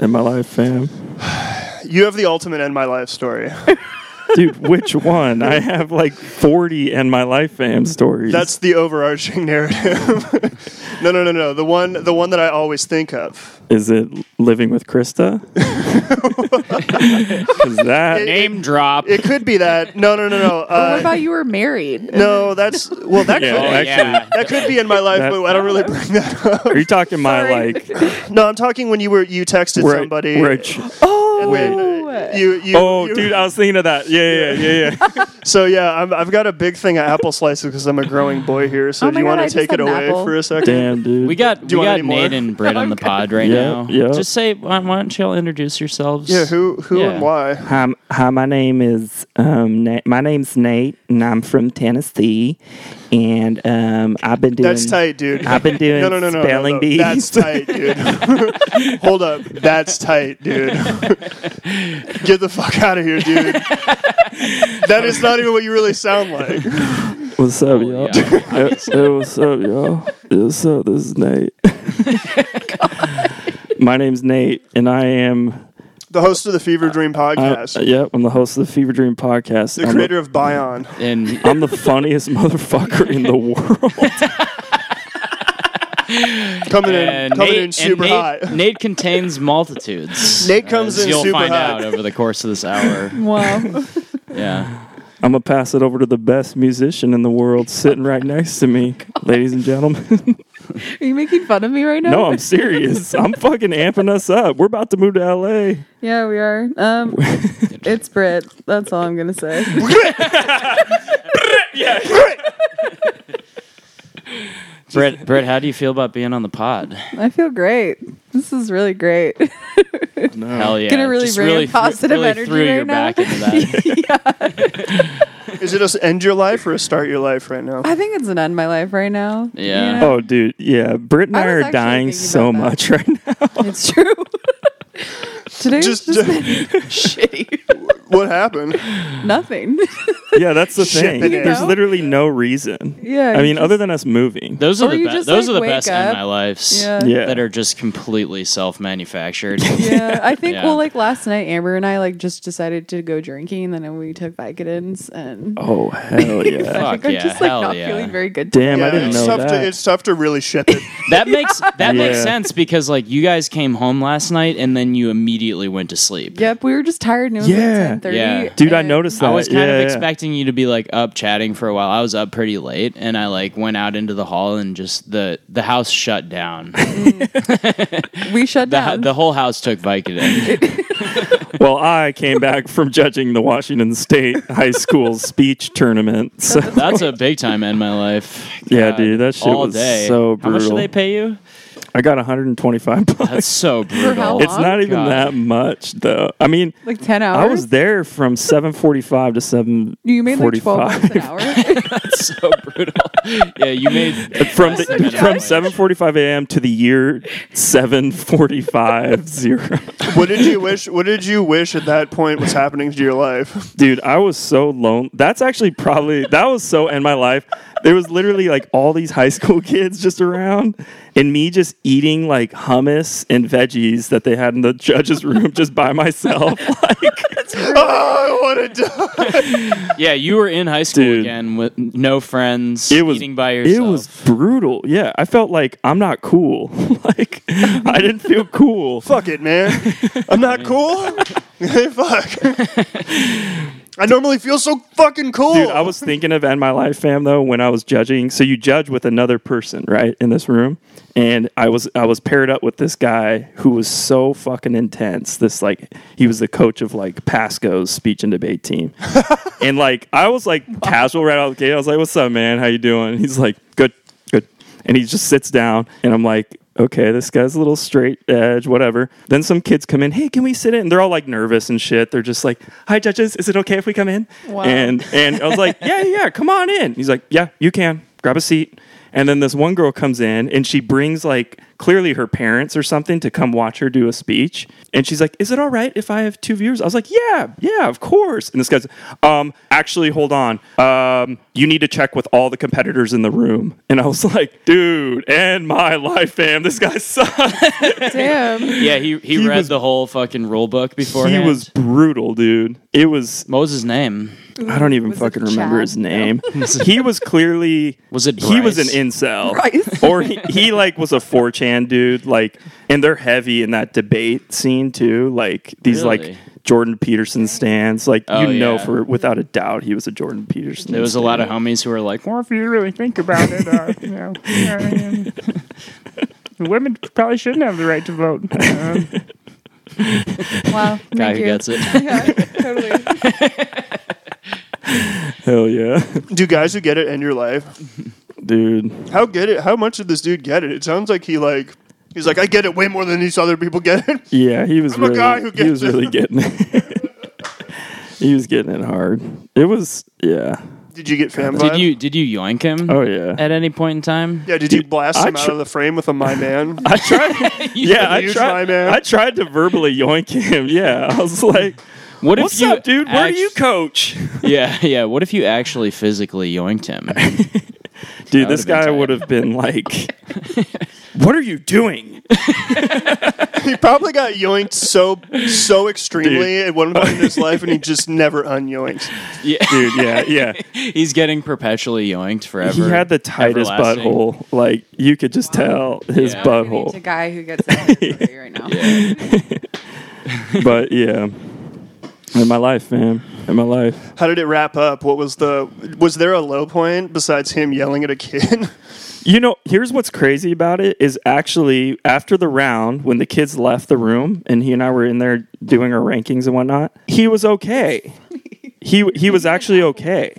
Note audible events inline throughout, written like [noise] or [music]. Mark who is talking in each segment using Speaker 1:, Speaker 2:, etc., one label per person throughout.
Speaker 1: in my life, fam.
Speaker 2: You have the ultimate end my life
Speaker 3: [laughs]
Speaker 2: story.
Speaker 1: Dude, [laughs] which one? I have like 40 in my life, fam stories.
Speaker 2: That's the overarching narrative. [laughs] no, no, no, no. The one, the one that I always think of.
Speaker 1: Is it living with Krista? [laughs] 'Cause that
Speaker 4: Name drop.
Speaker 2: It could be
Speaker 3: [laughs]
Speaker 2: that. No, no, no, no.
Speaker 3: what
Speaker 2: Uh,
Speaker 3: about you were married?
Speaker 2: no, that's well. That
Speaker 1: Yeah,
Speaker 2: could
Speaker 1: actually-
Speaker 4: Oh,
Speaker 2: [laughs]
Speaker 4: yeah.
Speaker 2: that could be in my life,
Speaker 1: That-
Speaker 2: but I don't
Speaker 3: [laughs]
Speaker 2: really bring that up.
Speaker 1: are you talking my
Speaker 3: Sorry.
Speaker 1: like?
Speaker 2: No, I'm talking when you were you texted
Speaker 1: We're,
Speaker 2: somebody.
Speaker 1: we're at ch-
Speaker 2: and then,
Speaker 3: Oh.
Speaker 2: uh, you, you,
Speaker 1: oh,
Speaker 2: you-
Speaker 1: dude, I was thinking of that. Yeah, yeah, yeah, yeah.
Speaker 2: So yeah, I'm, I've got a big thing of apple slices because I'm a growing boy here. So
Speaker 3: Oh
Speaker 2: do
Speaker 3: my
Speaker 2: you
Speaker 3: God,
Speaker 2: want
Speaker 3: I
Speaker 2: to
Speaker 3: just
Speaker 2: take
Speaker 3: had
Speaker 2: it
Speaker 3: an
Speaker 2: away
Speaker 3: apple.
Speaker 2: for a second?
Speaker 1: Damn, dude.
Speaker 4: We got
Speaker 2: Do you
Speaker 4: we
Speaker 2: want
Speaker 4: got
Speaker 2: any more?
Speaker 4: Nate and Britt on the pod right
Speaker 1: Yeah,
Speaker 4: now.
Speaker 1: yeah.
Speaker 4: Just say why, why don't y'all introduce yourselves?
Speaker 2: Yeah, who who
Speaker 4: Yeah.
Speaker 2: and why?
Speaker 5: Hi, m- hi, my name is um, Na- my name's Nate, and I'm from Tennessee, and um, I've been doing
Speaker 2: That's tight, dude.
Speaker 5: I've
Speaker 2: [laughs]
Speaker 5: been doing
Speaker 2: no, no, no, no,
Speaker 5: spelling
Speaker 2: no, no.
Speaker 5: bees.
Speaker 2: That's tight, dude.
Speaker 1: [laughs]
Speaker 2: Hold up, that's tight, dude. Get the fuck out of here, dude. that is not even what you really sound like.
Speaker 1: What's up,
Speaker 4: Oh,
Speaker 1: y'all? [laughs]
Speaker 4: yeah.
Speaker 1: Yo, yo, what's up, y'all? Yo, what's up? This is
Speaker 3: [laughs]
Speaker 1: Nate. My name's Nate, and I am.
Speaker 2: The host of the Fever Dream
Speaker 1: I,
Speaker 2: podcast,
Speaker 1: yep, I'm the host of the Fever Dream podcast.
Speaker 2: the
Speaker 1: Uh, I'm,
Speaker 2: creator of Bion. [laughs]
Speaker 4: And
Speaker 1: I'm the funniest [laughs] motherfucker in the world.
Speaker 2: Coming
Speaker 4: and
Speaker 2: in, coming
Speaker 4: Nate,
Speaker 2: in super
Speaker 4: and Nate,
Speaker 2: hot. [laughs]
Speaker 4: Nate contains multitudes.
Speaker 2: Nate comes
Speaker 4: as
Speaker 2: in
Speaker 4: you'll
Speaker 2: super
Speaker 4: find
Speaker 2: hot.
Speaker 4: out over the course of
Speaker 2: [laughs]
Speaker 4: this hour.
Speaker 3: Wow.
Speaker 4: Yeah.
Speaker 1: I'm gonna pass it over to the best musician in the world, sitting right next to me, ladies and gentlemen. [laughs]
Speaker 3: Are you making fun of me right now?
Speaker 1: no, I'm serious. I'm fucking amping us up. We're about to move to LA.
Speaker 3: yeah, we are.
Speaker 1: [laughs]
Speaker 3: Um, it's Brit. That's all I'm gonna say.
Speaker 4: Britt, Britt, how do you feel about being on the pod?
Speaker 3: I feel great. This is really great.
Speaker 2: Oh.
Speaker 4: Hell yeah.
Speaker 3: Gonna really
Speaker 4: Just
Speaker 3: bring
Speaker 4: really
Speaker 3: a
Speaker 4: threw,
Speaker 3: positive
Speaker 4: really
Speaker 3: energy
Speaker 4: threw your
Speaker 3: right now.
Speaker 4: back into
Speaker 3: [laughs]
Speaker 4: that.
Speaker 2: Is it just end your life or a start your life right now?
Speaker 3: I think it's an end my life right now.
Speaker 4: Yeah.
Speaker 1: Oh, dude, yeah. Britt and
Speaker 3: I
Speaker 1: I,
Speaker 3: was
Speaker 1: are
Speaker 3: actually
Speaker 1: dying
Speaker 3: thinking
Speaker 1: so
Speaker 3: about that.
Speaker 1: much [laughs] right now.
Speaker 3: It's true. [laughs] Today
Speaker 2: Just-
Speaker 3: just, just [laughs] shitty.
Speaker 2: What happened?
Speaker 3: Nothing.
Speaker 1: Yeah, that's the
Speaker 2: Shipping
Speaker 1: thing.
Speaker 2: it.
Speaker 1: There's
Speaker 3: You know?
Speaker 1: literally no reason.
Speaker 3: Yeah,
Speaker 1: I
Speaker 3: you
Speaker 1: mean,
Speaker 3: just-
Speaker 1: other than us moving.
Speaker 4: Those are
Speaker 3: Or
Speaker 4: the
Speaker 3: you
Speaker 4: best.
Speaker 3: just,
Speaker 4: Those
Speaker 3: like,
Speaker 4: are the
Speaker 3: wake
Speaker 4: best in
Speaker 3: up.
Speaker 4: my lives.
Speaker 3: Yeah.
Speaker 1: Yeah.
Speaker 4: That are just completely
Speaker 3: [laughs]
Speaker 4: self-manufactured.
Speaker 3: yeah, I think.
Speaker 4: Yeah.
Speaker 3: Well, like last night, Amber and I like just decided to go drinking, and then we took Vicodins, and
Speaker 1: Oh hell yeah!
Speaker 3: I
Speaker 4: Fuck
Speaker 3: think I'm
Speaker 4: yeah,
Speaker 3: just like
Speaker 4: hell
Speaker 3: not
Speaker 4: yeah.
Speaker 3: feeling very good.
Speaker 1: Damn,
Speaker 2: Yeah,
Speaker 1: I didn't
Speaker 2: it's
Speaker 1: know
Speaker 2: tough To,
Speaker 1: that.
Speaker 2: it's tough to really ship it.
Speaker 4: That makes that makes
Speaker 1: Yeah.
Speaker 4: sense because like you guys came home last night and then you immediately went to sleep.
Speaker 3: Yep, we were just tired. And it was
Speaker 1: Yeah.
Speaker 3: like ten thirty.
Speaker 4: Yeah.
Speaker 1: Dude, I noticed that.
Speaker 4: I was kind
Speaker 1: Yeah,
Speaker 4: of
Speaker 1: yeah.
Speaker 4: expecting you to be like up chatting for a while. I was up pretty late and I like went out into the hall and just the the house shut down.
Speaker 3: We
Speaker 4: the,
Speaker 3: shut down.
Speaker 4: the whole house took Vicodin.
Speaker 1: Well, I came back from judging the Washington State High School speech tournament. So
Speaker 4: That's a big time in my life.
Speaker 1: Yeah, dude, that shit
Speaker 4: all
Speaker 1: was
Speaker 4: day.
Speaker 1: so
Speaker 4: How much do
Speaker 1: brutal.
Speaker 4: they pay you?
Speaker 1: I got 125
Speaker 4: That's
Speaker 1: bucks.
Speaker 4: so brutal.
Speaker 3: how long?
Speaker 1: It's not even
Speaker 4: God.
Speaker 1: that much though. I mean,
Speaker 3: [laughs] like ten hours.
Speaker 1: I was there from 7:45 to 7.
Speaker 3: You made like twelve bucks an hour.
Speaker 1: [laughs]
Speaker 4: [laughs] That's so brutal. yeah, you made
Speaker 1: From the,
Speaker 4: That's so
Speaker 1: from
Speaker 4: nice.
Speaker 1: 7:45 a.m. to the year 7:45 zero.
Speaker 2: What did you wish? What did you wish at that point was happening to your life? [laughs]
Speaker 1: Dude, I was so lone. That's actually probably that was so in my life. There was literally like all these high school [laughs] kids just around, and me just eating like hummus and veggies that they had in the judge's room just by
Speaker 4: [laughs]
Speaker 1: myself. Like,
Speaker 2: oh, I want to die.
Speaker 4: yeah. You were in high school
Speaker 1: Dude.
Speaker 4: again with no friends.
Speaker 1: it was
Speaker 4: eating by yourself.
Speaker 1: It was brutal. Yeah, I felt like I'm not cool. [laughs] like, I didn't feel cool.
Speaker 2: Fuck it, man.
Speaker 1: [laughs]
Speaker 2: I'm not cool. [laughs] Hey, Fuck. I normally feel so fucking cool.
Speaker 1: Dude, I was thinking of End My Life Fam though when I was judging. So you judge with another person, right, in this room. And I was I was paired up with this guy who was so fucking intense. This like he was the coach of like Pasco's speech and debate team. and like I was like casual right out of the gate. I was like, What's up, man? How you doing? He's like, Good, good. And he just sits down and I'm like Okay, this guy's a little straight edge, whatever. Then some kids come in. Hey, can we sit in? And they're all like nervous and shit. They're just like, "Hi, judges, is it okay if we come in?"
Speaker 3: Wow.
Speaker 1: And and I was like, yeah, yeah, yeah, come on in. He's like, yeah, you can grab a seat. And then this one girl comes in and she brings like clearly her parents or something to come watch her do a speech. And she's like, Is it all right if I have two viewers? I was like, Yeah, yeah, of course. And this guy's, um, actually, hold on. Um, you need to check with all the competitors in the room. And I was [laughs] like, Dude, and my life, fam, this guy sucks.
Speaker 3: Damn.
Speaker 4: Yeah, he, he,
Speaker 1: He
Speaker 4: read
Speaker 1: was-
Speaker 4: the whole fucking rule book before.
Speaker 1: he was brutal, dude. It was,
Speaker 4: What was his name?
Speaker 1: I don't even
Speaker 3: Was it
Speaker 1: fucking remember
Speaker 3: Chad?
Speaker 1: his name.
Speaker 2: [laughs]
Speaker 1: he was clearly,
Speaker 4: Was it
Speaker 1: he was an
Speaker 4: Bryce?
Speaker 1: incel. [laughs]
Speaker 3: Bryce.
Speaker 1: or he, he like was a 4chan dude like and they're heavy in that debate scene too like these
Speaker 4: Really?
Speaker 1: like jordan peterson stands like
Speaker 4: Oh,
Speaker 1: you know
Speaker 4: yeah.
Speaker 1: for without a doubt he was a jordan peterson
Speaker 4: There was a lot of homies who were like, "Well, if you really think about it, uh, you know,
Speaker 5: [laughs]
Speaker 6: Women probably shouldn't have the right to vote. Um,
Speaker 3: Wow.
Speaker 4: guy
Speaker 3: Thank
Speaker 4: who
Speaker 3: you.
Speaker 4: gets it."
Speaker 3: [laughs]
Speaker 4: [laughs]
Speaker 3: Yeah, totally.
Speaker 1: hell yeah [laughs]
Speaker 2: Do guys who get it end your life?
Speaker 1: dude
Speaker 2: How get it? How much did this dude get it? It sounds like he like he's like I get it way more than these other people get it.
Speaker 1: [laughs] yeah he was
Speaker 2: I'm a
Speaker 1: really
Speaker 2: guy who
Speaker 1: he
Speaker 2: gets
Speaker 1: was
Speaker 2: it.
Speaker 1: really getting it [laughs] he was getting it hard it was yeah
Speaker 2: Did you get fan
Speaker 4: Did
Speaker 2: vibe?
Speaker 4: you did you yoink him
Speaker 1: oh yeah
Speaker 4: at any point in time?
Speaker 2: Yeah, did you blast
Speaker 1: I
Speaker 2: him out
Speaker 1: tr-
Speaker 2: of the frame with a
Speaker 1: [laughs]
Speaker 2: my man? [laughs]
Speaker 1: I tried. yeah, I
Speaker 2: use my
Speaker 1: tried.
Speaker 2: man.
Speaker 1: I tried to verbally yoink him. [laughs] Yeah, I was like,
Speaker 4: What if
Speaker 1: "What's
Speaker 4: you,
Speaker 1: up, dude? Where do
Speaker 4: act-
Speaker 1: you coach?"
Speaker 4: [laughs] Yeah, yeah. What if you actually physically yoinked him? [laughs]
Speaker 1: Dude,
Speaker 4: That
Speaker 1: this
Speaker 4: would've been
Speaker 1: guy
Speaker 4: tight.
Speaker 1: would have
Speaker 4: [laughs]
Speaker 1: been like, "What are you doing?"
Speaker 2: he probably got yoinked so so extremely at one point in his life, and he just never unyoinked.
Speaker 4: Yeah,
Speaker 1: Dude,
Speaker 4: [laughs]
Speaker 1: yeah, yeah.
Speaker 4: he's getting perpetually yoinked forever.
Speaker 1: he had the tightest
Speaker 4: everlasting.
Speaker 1: butthole. Like you could just tell his
Speaker 4: Yeah.
Speaker 3: To
Speaker 1: butthole.
Speaker 3: guy who gets
Speaker 4: [laughs]
Speaker 3: it right now.
Speaker 1: But yeah, in my life, man, in my life.
Speaker 2: How did it wrap up? What was the was there a low point besides him yelling at a kid? [laughs]
Speaker 1: You know, here's what's crazy about it is actually after the round when the kids left the room and he and I were in there doing our rankings and whatnot, he was okay. He he was actually okay.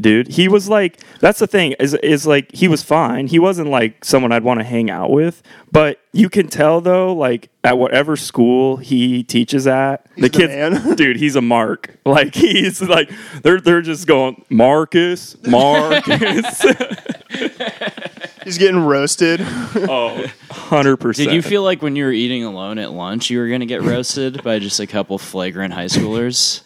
Speaker 1: dude. He was like, that's the thing is is like he was fine. He wasn't like someone I'd want to hang out with. But you can tell though, like at whatever school he teaches at, the
Speaker 2: the
Speaker 1: kid,
Speaker 2: man.
Speaker 1: [laughs] dude, he's a mark. Like [laughs] he's like they're they're just going Marcus, Marcus.
Speaker 2: He's getting roasted.
Speaker 1: oh, 100 percent.
Speaker 4: Did you feel like when you were eating alone at lunch, you were going to get roasted by just a couple flagrant high
Speaker 1: [laughs]
Speaker 4: schoolers?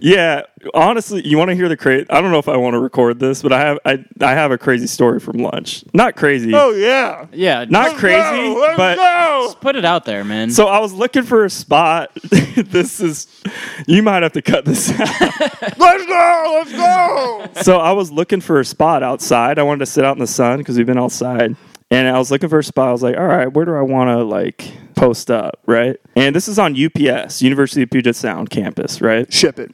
Speaker 1: Yeah, honestly, you want to hear the crazy? I don't know if I want to record this, but I have I I have a crazy story from lunch. Not crazy.
Speaker 2: Oh yeah,
Speaker 4: Yeah,
Speaker 1: Not
Speaker 4: just
Speaker 1: crazy, but
Speaker 4: put it out there, man.
Speaker 1: So I was looking for a spot. [laughs] this is you might have to cut this [laughs] out.
Speaker 2: let's go, let's go.
Speaker 1: so I was looking for a spot outside. I wanted to sit out in the sun because we've been outside. And I was looking for a spot. I was like, all right, where do I want to like post up, right? And this is on UPS, University of Puget Sound campus, right?
Speaker 2: Ship it.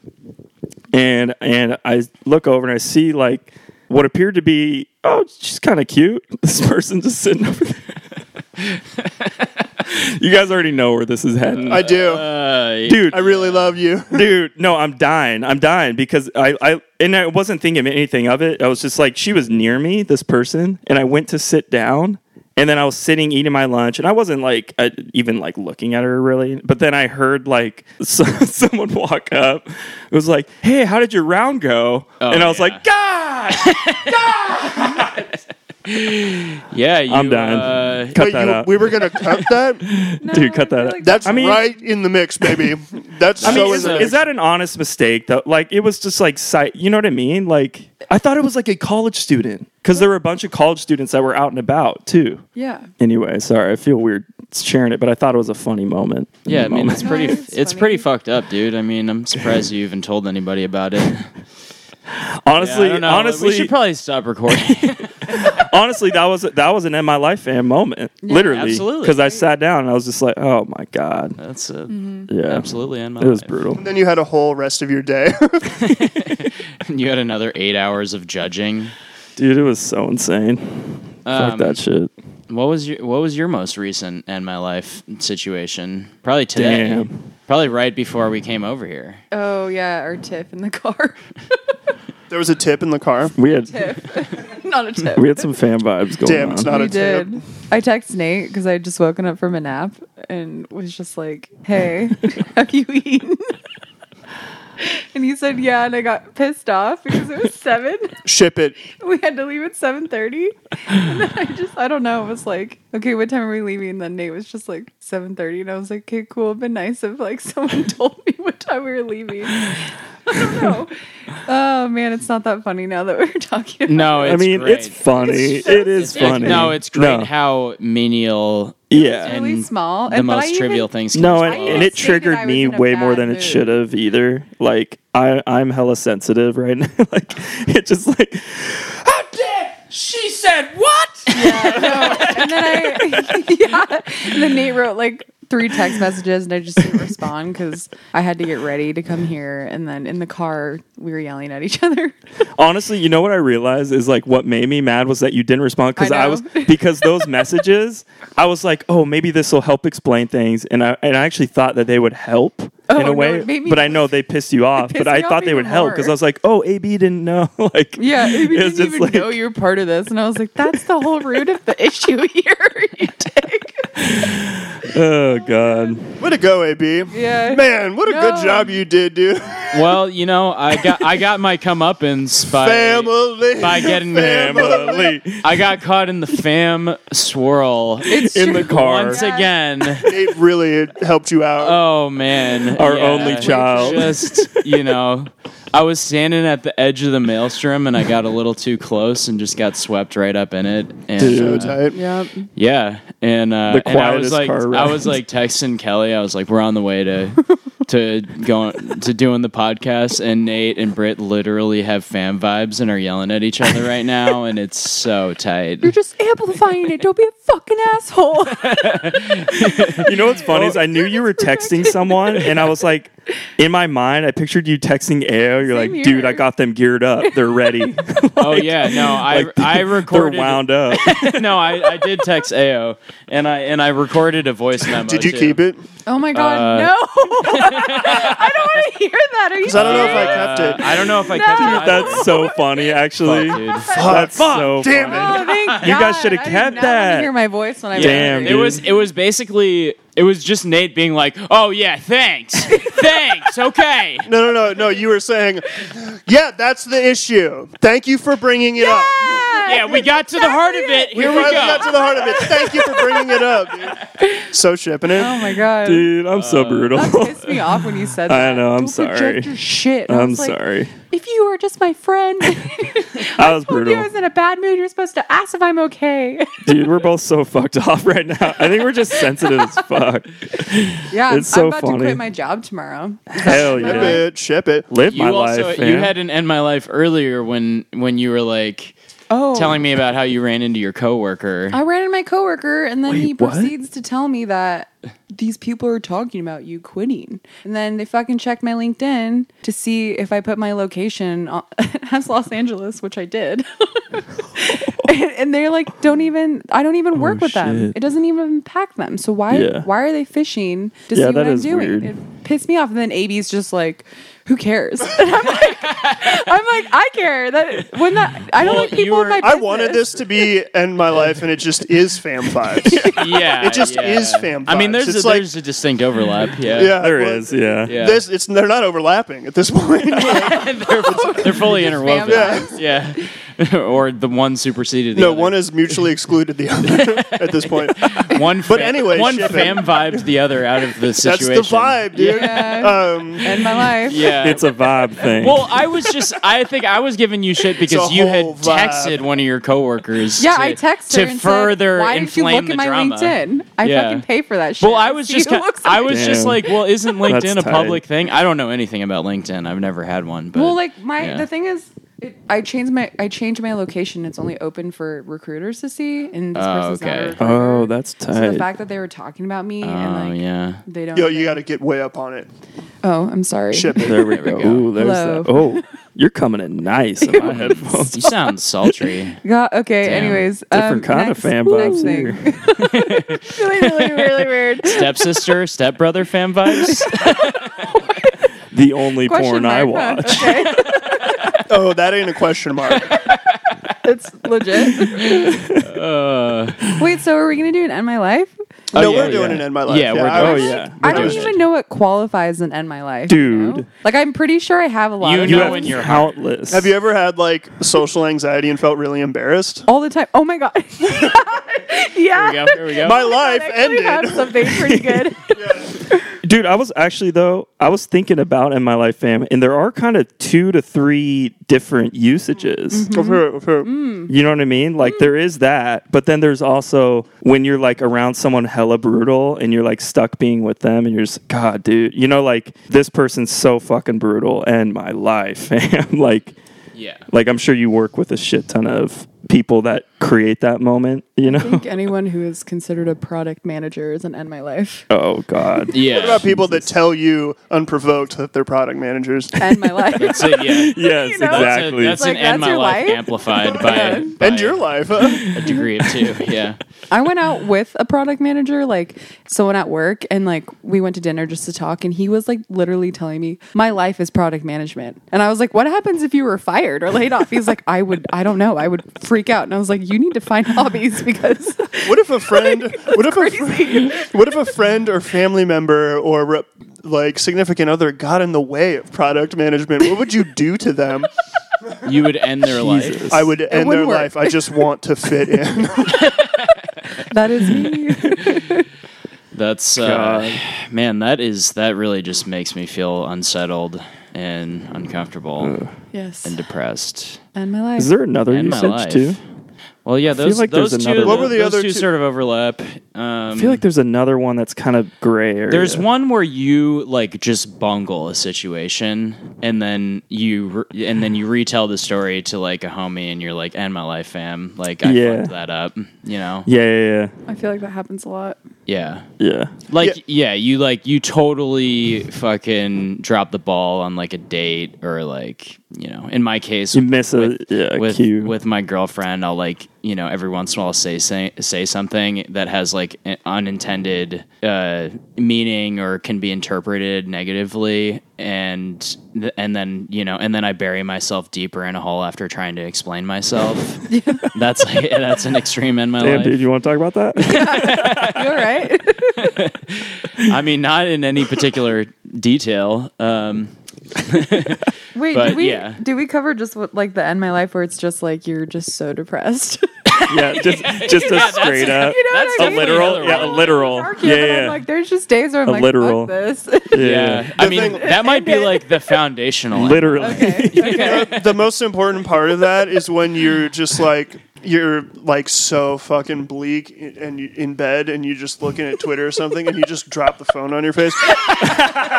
Speaker 1: and and I look over and I see like what appeared to be oh she's kind of cute [laughs] this person just sitting over there. [laughs] you guys already know where this is heading,
Speaker 2: I do.
Speaker 4: uh,
Speaker 1: dude.
Speaker 2: I really love you.
Speaker 1: Dude, no, I'm dying. I'm dying because I, I, and I wasn't thinking anything of it. I was just like, she was near me, this person, and I went to sit down, and then I was sitting eating my lunch, and I wasn't like I, even like looking at her really. But then I heard like [laughs] so, someone walk up, it was like, "Hey, how did your round go?" and I was
Speaker 4: Oh, yeah.
Speaker 1: like, "God,
Speaker 4: yeah, you,
Speaker 1: I'm dying."
Speaker 4: Uh,
Speaker 1: cut
Speaker 2: Wait,
Speaker 1: that
Speaker 2: you-
Speaker 1: out,
Speaker 2: we were gonna cut that.
Speaker 1: dude. Cut that out.
Speaker 2: That's
Speaker 1: I mean-
Speaker 2: right in the mix, baby. That's
Speaker 1: I mean,
Speaker 2: so
Speaker 1: is,
Speaker 2: in the
Speaker 1: is
Speaker 2: mix.
Speaker 1: that an honest mistake though? Like, it was just like site. You know what I mean? Like, I thought it was like a college student because there were a bunch of college students that were out and about too.
Speaker 3: Yeah.
Speaker 1: Anyway, sorry, I feel weird sharing it, but I thought it was a funny moment.
Speaker 4: yeah, I mean it's
Speaker 1: Moment.
Speaker 3: [laughs]
Speaker 4: pretty.
Speaker 3: Nice,
Speaker 4: it's
Speaker 3: funny.
Speaker 4: pretty fucked up, dude. I mean, I'm surprised you even told anybody about it. Yeah, I
Speaker 1: [laughs] honestly,
Speaker 4: don't know. we
Speaker 1: honestly,
Speaker 4: should probably stop recording.
Speaker 1: [laughs] honestly, that was that was an in my life fan moment, literally,
Speaker 4: absolutely.
Speaker 1: because I sat down and I was just like, oh my god,
Speaker 4: That's uh,
Speaker 3: Mm-hmm.
Speaker 1: yeah,
Speaker 4: absolutely on my.
Speaker 1: it was
Speaker 4: life. [laughs]
Speaker 1: brutal.
Speaker 2: Then you had a whole rest of your day. [laughs]
Speaker 4: You had another eight hours of judging.
Speaker 1: Dude, it was so insane.
Speaker 4: Um,
Speaker 1: Fuck that shit.
Speaker 4: What was your What was your most recent end my life situation? Probably today.
Speaker 1: Damn.
Speaker 4: Probably right before we came over here.
Speaker 3: Oh yeah, our tip in the car. [laughs]
Speaker 2: there was a tip in the car.
Speaker 1: We had
Speaker 3: not a tip.
Speaker 1: we had some fan vibes going
Speaker 2: Damn,
Speaker 1: on.
Speaker 2: it's not
Speaker 3: we
Speaker 2: a tip.
Speaker 3: did. I texted Nate because I had just woken
Speaker 4: [laughs]
Speaker 3: up [laughs] from a nap and was just like, "Hey, have you eaten?" And he said, "Yeah," and I got pissed off because it was seven. [laughs]
Speaker 2: Ship it.
Speaker 3: we had to leave at seven thirty, and then I just I don't know. It was like, okay, what time are we leaving? And then Nate was just like seven thirty, and I was like, okay, cool. It'd been nice if like [laughs] someone told me what time we were leaving. I
Speaker 4: [laughs]
Speaker 3: don't know. Oh man, it's not that funny now that we're talking. about
Speaker 4: No, it's
Speaker 1: I mean,
Speaker 4: great.
Speaker 1: it's funny. It's funny.
Speaker 4: No, it's great how menial
Speaker 3: it.
Speaker 1: yeah.
Speaker 3: Really
Speaker 4: and
Speaker 3: small,
Speaker 4: the
Speaker 3: and- but I
Speaker 4: most
Speaker 3: even-
Speaker 4: trivial things. Can
Speaker 1: No,
Speaker 4: be.
Speaker 1: and,
Speaker 3: I
Speaker 1: and it
Speaker 3: was thinking I
Speaker 1: triggered
Speaker 3: was
Speaker 1: me
Speaker 3: in a
Speaker 1: way more than
Speaker 3: bad
Speaker 1: it
Speaker 3: mood.
Speaker 1: should have either. Like I, I'm hella sensitive right [laughs] now. like it just like
Speaker 4: she said what?
Speaker 3: and then I, [laughs] yeah. And then Nate wrote like three text messages, and I just didn't respond because I had to get ready to come here. And then in the car, we were yelling at each other. [laughs]
Speaker 1: honestly, you know what I realized is like what made me mad was that you didn't respond because
Speaker 3: I
Speaker 1: I,
Speaker 3: know. [laughs]
Speaker 1: was because those messages I was like, oh, maybe this will help explain things, and I and I actually thought that they would help
Speaker 3: Oh,
Speaker 1: in a
Speaker 3: no,
Speaker 1: way,
Speaker 3: it made me-
Speaker 1: but I know they pissed you off,
Speaker 3: pissed
Speaker 1: but I
Speaker 3: me off
Speaker 1: thought they would
Speaker 3: even
Speaker 1: help because I
Speaker 3: more.
Speaker 1: was like, oh, AB didn't know, [laughs] like
Speaker 3: Yeah,
Speaker 1: it
Speaker 3: we
Speaker 1: was
Speaker 3: didn't
Speaker 1: just
Speaker 3: even
Speaker 1: like
Speaker 3: know you were part of this, and I was like, "That's the whole root of the issue
Speaker 1: [laughs]
Speaker 3: [laughs] here." you dick.
Speaker 1: oh god,
Speaker 2: Way to go, AB.
Speaker 3: Yeah.
Speaker 2: Man, what a
Speaker 3: No.
Speaker 2: good job you did, dude.
Speaker 4: well, you know, I got I got my
Speaker 1: [laughs]
Speaker 4: comeuppance by
Speaker 2: Family.
Speaker 4: by getting
Speaker 1: Emily
Speaker 4: I got caught in the fam swirl
Speaker 1: [laughs]
Speaker 3: It's
Speaker 1: in
Speaker 3: true.
Speaker 1: the car.
Speaker 4: once again.
Speaker 2: It really helped you out.
Speaker 1: Uh,
Speaker 4: Oh man,
Speaker 1: Our only child.
Speaker 4: Just you know, I was standing at the edge of the maelstrom and I got a little too close and just got swept right up in it. And
Speaker 2: so
Speaker 4: uh,
Speaker 2: tight.
Speaker 3: Yep.
Speaker 4: yeah, and uh,
Speaker 1: The
Speaker 4: and I was
Speaker 1: quietest
Speaker 4: like,
Speaker 1: car
Speaker 4: I
Speaker 1: ride.
Speaker 4: was like texting Kelly. I was like, we're on the way to. To going to doing the podcast, and Nate and Britt literally have fan vibes and are yelling at each other right now, and it's so tight.
Speaker 3: You're just amplifying it. Don't be a fucking
Speaker 1: [laughs]
Speaker 3: asshole.
Speaker 1: You know what's funny is I knew you were texting someone, and I was like, in my mind, I pictured you texting AO. You're
Speaker 3: Same
Speaker 1: like, dude,
Speaker 3: here.
Speaker 1: I got them geared up. They're ready.
Speaker 4: [laughs]
Speaker 1: [laughs]
Speaker 4: oh yeah, no, I
Speaker 2: [laughs]
Speaker 4: I
Speaker 1: They're
Speaker 4: recorded
Speaker 1: wound up.
Speaker 4: [laughs] no, I, I did text AO and I and I recorded
Speaker 2: [laughs]
Speaker 4: a voice memo.
Speaker 2: Did you
Speaker 4: too.
Speaker 2: keep it?
Speaker 3: Oh my god,
Speaker 1: Uh,
Speaker 3: no! [laughs] I don't want to hear that.
Speaker 1: [laughs]
Speaker 3: Are you?
Speaker 2: Because I don't know if
Speaker 3: serious?
Speaker 2: I kept
Speaker 4: Uh,
Speaker 2: it.
Speaker 4: I don't know if I kept it.
Speaker 3: No.
Speaker 1: [laughs]
Speaker 4: I-
Speaker 1: That's so funny, actually.
Speaker 4: Fuck, dude.
Speaker 1: That's
Speaker 2: Fuck,
Speaker 1: so
Speaker 2: damn
Speaker 1: funny.
Speaker 3: Oh, thank
Speaker 1: You guys
Speaker 3: God.
Speaker 1: shoulda
Speaker 3: I did
Speaker 1: kept
Speaker 3: not wanna
Speaker 1: that.
Speaker 3: Hear my voice when I
Speaker 1: Damn,
Speaker 3: was
Speaker 4: It was it was basically it was just Nate being like, "Oh yeah,
Speaker 2: [laughs]
Speaker 4: thanks, thanks, okay."
Speaker 2: No, no, no, no. You were saying, yeah, that's the issue. Thank you for bringing it up.
Speaker 4: Yeah,
Speaker 3: [laughs]
Speaker 4: we got to the heart of it. Here we
Speaker 2: finally
Speaker 4: go.
Speaker 2: got to the heart of it. Thank you for bringing it up. dude. So shipping it.
Speaker 3: Oh
Speaker 1: [laughs]
Speaker 3: my god,
Speaker 1: Dude, I'm
Speaker 4: Uh,
Speaker 1: so brutal.
Speaker 3: that pissed me off when you said that.
Speaker 1: I know, I'm
Speaker 3: Don't project
Speaker 1: sorry.
Speaker 3: Your shit. And I
Speaker 1: I'm
Speaker 3: was like,
Speaker 1: sorry.
Speaker 3: If you were just
Speaker 1: [laughs]
Speaker 3: my friend, [laughs]
Speaker 1: I was
Speaker 3: told you I
Speaker 1: brutal.
Speaker 3: was in a bad mood. You're supposed to ask if I'm okay.
Speaker 1: [laughs] Dude, we're both so fucked [laughs] off right now. I think we're just sensitive as
Speaker 4: [laughs]
Speaker 1: fuck.
Speaker 3: Yeah, I'm-
Speaker 1: It's so
Speaker 3: I'm about
Speaker 1: funny.
Speaker 3: to quit my job tomorrow.
Speaker 1: Hell
Speaker 2: Ship
Speaker 1: yeah.
Speaker 2: it. Ship it.
Speaker 1: Live
Speaker 4: You
Speaker 1: my
Speaker 4: also
Speaker 1: life.
Speaker 4: you
Speaker 1: man.
Speaker 4: had an end my life earlier when when you were like
Speaker 3: Oh,
Speaker 4: telling me about how you ran into
Speaker 2: [laughs]
Speaker 4: your coworker.
Speaker 3: I ran into my coworker, and then he
Speaker 1: what?
Speaker 3: proceeds to tell me that these people are talking about you quitting. And then they fucking checked my LinkedIn to see if I put my location on- [laughs] as Los Angeles, which I did. [laughs] and, and they're like, "Don't even. I don't even work with them.
Speaker 1: Oh, shit.
Speaker 3: It doesn't even impact them. So why?
Speaker 1: Yeah.
Speaker 3: Why are they fishing to
Speaker 1: Yeah,
Speaker 3: see
Speaker 1: that
Speaker 3: what I'm
Speaker 1: is
Speaker 3: doing?
Speaker 1: weird.
Speaker 3: It pissed me off. And then AB's just like. Who cares? [laughs] And I'm like, I'm like, I care. That when that I don't
Speaker 4: Well,
Speaker 3: like
Speaker 4: you
Speaker 3: people
Speaker 4: were-
Speaker 3: in my
Speaker 2: I
Speaker 3: business.
Speaker 2: wanted this to be end my life, and it just is fam vibes.
Speaker 4: yeah,
Speaker 2: It just
Speaker 4: yeah.
Speaker 2: is fam
Speaker 4: I mean,
Speaker 2: vibes.
Speaker 4: there's
Speaker 2: It's
Speaker 4: a,
Speaker 2: like-
Speaker 4: there's a distinct overlap. Yeah,
Speaker 2: Yeah,
Speaker 1: There
Speaker 2: well,
Speaker 1: is, yeah.
Speaker 4: Yeah.
Speaker 2: This it's they're not overlapping at this point.
Speaker 4: they're,
Speaker 3: [laughs]
Speaker 4: they're fully interwoven.
Speaker 2: vibes.
Speaker 4: [laughs] Yeah. or the one superseded the
Speaker 2: no,
Speaker 4: other.
Speaker 2: one has mutually excluded the other at this point.
Speaker 4: one fam,
Speaker 2: but anyway,
Speaker 4: one
Speaker 2: ship it.
Speaker 4: fam vibes the other out of the
Speaker 2: That's
Speaker 4: situation.
Speaker 2: the vibe, dude.
Speaker 3: Yeah.
Speaker 2: Um,
Speaker 3: end my life.
Speaker 4: Yeah.
Speaker 1: It's a vibe thing.
Speaker 4: well, I was just I think I was giving you shit because
Speaker 2: a
Speaker 4: you had
Speaker 2: whole vibe.
Speaker 4: texted one of your coworkers
Speaker 3: Yeah,
Speaker 4: to,
Speaker 3: I texted
Speaker 4: to
Speaker 3: her and
Speaker 4: further
Speaker 3: said, "Why did you
Speaker 4: inflame
Speaker 3: look
Speaker 4: the
Speaker 3: at my
Speaker 4: drama.
Speaker 3: LinkedIn? I
Speaker 4: Yeah.
Speaker 3: fucking pay for that shit."
Speaker 4: Well, I
Speaker 3: [laughs]
Speaker 4: was
Speaker 3: See
Speaker 4: just
Speaker 3: who
Speaker 4: ki-
Speaker 3: looks
Speaker 4: I
Speaker 3: at
Speaker 4: was
Speaker 3: it.
Speaker 4: just
Speaker 1: Damn.
Speaker 4: like,
Speaker 2: [laughs]
Speaker 4: well, isn't LinkedIn a
Speaker 1: tight.
Speaker 4: public thing? I don't know anything about LinkedIn. I've never had one, but
Speaker 3: Well, like my
Speaker 4: Yeah.
Speaker 3: the thing is, it, I changed my I changed my location. It's only open for recruiters to see, and this
Speaker 4: Oh,
Speaker 3: person's not
Speaker 4: okay.
Speaker 3: a recruiter.
Speaker 1: oh, that's
Speaker 3: so the
Speaker 1: tight.
Speaker 3: fact that they were talking about me
Speaker 4: oh
Speaker 3: and like [laughs]
Speaker 4: yeah.
Speaker 3: they don't.
Speaker 2: Yo, you got to get way up on it.
Speaker 3: oh, I'm sorry.
Speaker 2: Ship
Speaker 1: [laughs]
Speaker 2: it.
Speaker 1: there we
Speaker 4: There
Speaker 1: go.
Speaker 4: we go.
Speaker 1: Ooh, there's
Speaker 3: Hello.
Speaker 1: that. Oh, you're coming in
Speaker 4: [laughs]
Speaker 1: nice in my headphones.
Speaker 4: You sound
Speaker 3: [laughs]
Speaker 4: sultry.
Speaker 3: [laughs] Got, okay.
Speaker 4: Damn.
Speaker 3: Anyways,
Speaker 1: Different
Speaker 3: um,
Speaker 1: kind
Speaker 3: next-
Speaker 1: of fan
Speaker 3: next
Speaker 1: vibes
Speaker 3: thing.
Speaker 1: here.
Speaker 3: [laughs] really, really, really weird.
Speaker 4: Stepsister, stepbrother fam vibes?
Speaker 1: The only
Speaker 3: Question
Speaker 1: porn
Speaker 3: mark,
Speaker 1: I
Speaker 3: huh? [laughs]
Speaker 1: watch.
Speaker 3: Okay.
Speaker 2: Oh, that ain't a question mark.
Speaker 3: [laughs] Uh. It's legit. Wait, so are we gonna do an end my life?
Speaker 4: Oh,
Speaker 2: no,
Speaker 4: yeah,
Speaker 2: we're doing
Speaker 4: yeah.
Speaker 2: an end my life.
Speaker 4: Yeah, we're
Speaker 2: I
Speaker 4: doing-
Speaker 2: was-
Speaker 1: Oh, yeah.
Speaker 3: I don't
Speaker 4: doing
Speaker 3: even know what qualifies an end my life, you
Speaker 1: Dude.
Speaker 3: know? Like I'm pretty sure I have a lot.
Speaker 4: You
Speaker 3: of
Speaker 4: know
Speaker 3: them.
Speaker 4: in your heart.
Speaker 1: countless.
Speaker 2: Have you ever had like social anxiety and felt really embarrassed?
Speaker 3: all the time. Oh my god. [laughs] yeah.
Speaker 4: Here we go. Here we go.
Speaker 2: My life
Speaker 3: Oh I actually have
Speaker 2: ended.
Speaker 3: something
Speaker 4: [laughs]
Speaker 3: pretty good.
Speaker 1: Dude, I was actually though I was thinking about in my life fam, and there are kind of two to three different usages.
Speaker 3: Mm-hmm.
Speaker 2: Of her, of her.
Speaker 3: Mm.
Speaker 1: You know what I mean? Like there is that, but then there's also when you're like around someone hella brutal and you're like stuck being with them, and you're just God, dude. You know, like this person's so fucking brutal, and my life, [laughs] fam. like,
Speaker 4: yeah.
Speaker 1: like I'm sure you work with a shit ton of people that create that moment. You
Speaker 4: [laughs]
Speaker 1: know?
Speaker 3: Anyone who is considered a product manager is an end my life.
Speaker 1: Oh God.
Speaker 4: Yeah.
Speaker 2: What about people that tell you unprovoked that they're product managers?
Speaker 3: [laughs] End my life.
Speaker 4: That's it,
Speaker 2: [laughs]
Speaker 1: [laughs]
Speaker 4: yeah.
Speaker 1: Yes,
Speaker 3: You know?
Speaker 4: That's, a,
Speaker 3: That's
Speaker 1: exactly.
Speaker 4: that's
Speaker 3: Like,
Speaker 4: an end
Speaker 3: that's
Speaker 4: my
Speaker 3: your
Speaker 4: life,
Speaker 3: life? [laughs]
Speaker 4: amplified by, by
Speaker 2: and your life, [laughs] huh?
Speaker 4: a degree of
Speaker 2: [laughs]
Speaker 4: two. Yeah.
Speaker 3: I went out with a product manager, like someone at work, and like we went to dinner just to talk. And he was like literally telling me, My life is product management. And I was like, What happens if you were fired or laid off? He's like, I would, I don't know. I would freak out. And I was like, You need to find [laughs] hobbies because
Speaker 2: What if a friend? What if a fr-
Speaker 3: crazy.
Speaker 2: What if a friend or family member or rep- like significant other got in the way of product management? What would you do to them?
Speaker 4: You would end their life.
Speaker 2: I would end their
Speaker 3: wouldn't work.
Speaker 2: life. I just want to fit in.
Speaker 3: [laughs] that is me.
Speaker 4: That's uh, man. That is that really just makes me feel unsettled and uncomfortable
Speaker 3: [laughs] Yes.
Speaker 4: and depressed.
Speaker 3: And my life.
Speaker 1: Is there another
Speaker 4: And my
Speaker 1: usage
Speaker 4: life.
Speaker 1: too?
Speaker 4: Well, yeah. Those
Speaker 1: like there's
Speaker 4: those two.
Speaker 1: another
Speaker 2: What were the
Speaker 4: those
Speaker 2: other
Speaker 4: two,
Speaker 2: two?
Speaker 4: sort of overlap? Um,
Speaker 1: I feel like there's another one that's kind of gray area.
Speaker 4: There's one where you like just bungle a situation, and then you re- and then you retell the story to like a homie, and you're like, "End my life, fam!" Like I
Speaker 1: Yeah.
Speaker 4: fucked that up, you know?
Speaker 1: Yeah, yeah,
Speaker 3: I feel like that happens a lot.
Speaker 4: Yeah,
Speaker 1: yeah.
Speaker 4: like yeah. you like you totally fucking drop the ball on like a date or like you know, in my case,
Speaker 1: You miss a, yeah, a
Speaker 4: with
Speaker 1: cue.
Speaker 4: with my girlfriend, I'll like you know every once in a while say say, say something that has like an unintended uh, meaning or can be interpreted negatively, and th- and then you know and then I bury myself deeper in a hole after trying to explain
Speaker 2: [laughs]
Speaker 4: myself. [laughs] that's like, [laughs] that's an extreme in my
Speaker 1: Damn,
Speaker 4: life.
Speaker 1: dude, you want to talk about
Speaker 4: [laughs]
Speaker 1: that?
Speaker 3: [laughs] You all right?
Speaker 4: I mean, not in any particular detail. Um,
Speaker 3: [laughs] Wait,
Speaker 4: But,
Speaker 3: did we
Speaker 4: yeah.
Speaker 3: did we cover just what like the end my life where it's just like you're just so depressed? [laughs]
Speaker 1: yeah, just just a straight up,
Speaker 3: You know what
Speaker 1: Uh, a
Speaker 3: I mean?
Speaker 1: literal,
Speaker 4: another
Speaker 1: yeah, a
Speaker 4: one.
Speaker 1: literal,
Speaker 3: yeah,
Speaker 1: yeah,
Speaker 3: I'm
Speaker 1: yeah,
Speaker 3: like, there's just days where I'm
Speaker 1: A
Speaker 3: like,
Speaker 1: literal.
Speaker 3: fuck this. [laughs]
Speaker 1: yeah.
Speaker 4: [laughs] yeah, I mean,
Speaker 2: thing-
Speaker 4: that might be like the foundational.
Speaker 1: literally.
Speaker 2: the most important part of that is when you're just like you're like so fucking bleak and you, in bed and you're just looking at Twitter or something and you just drop the phone on your face [laughs]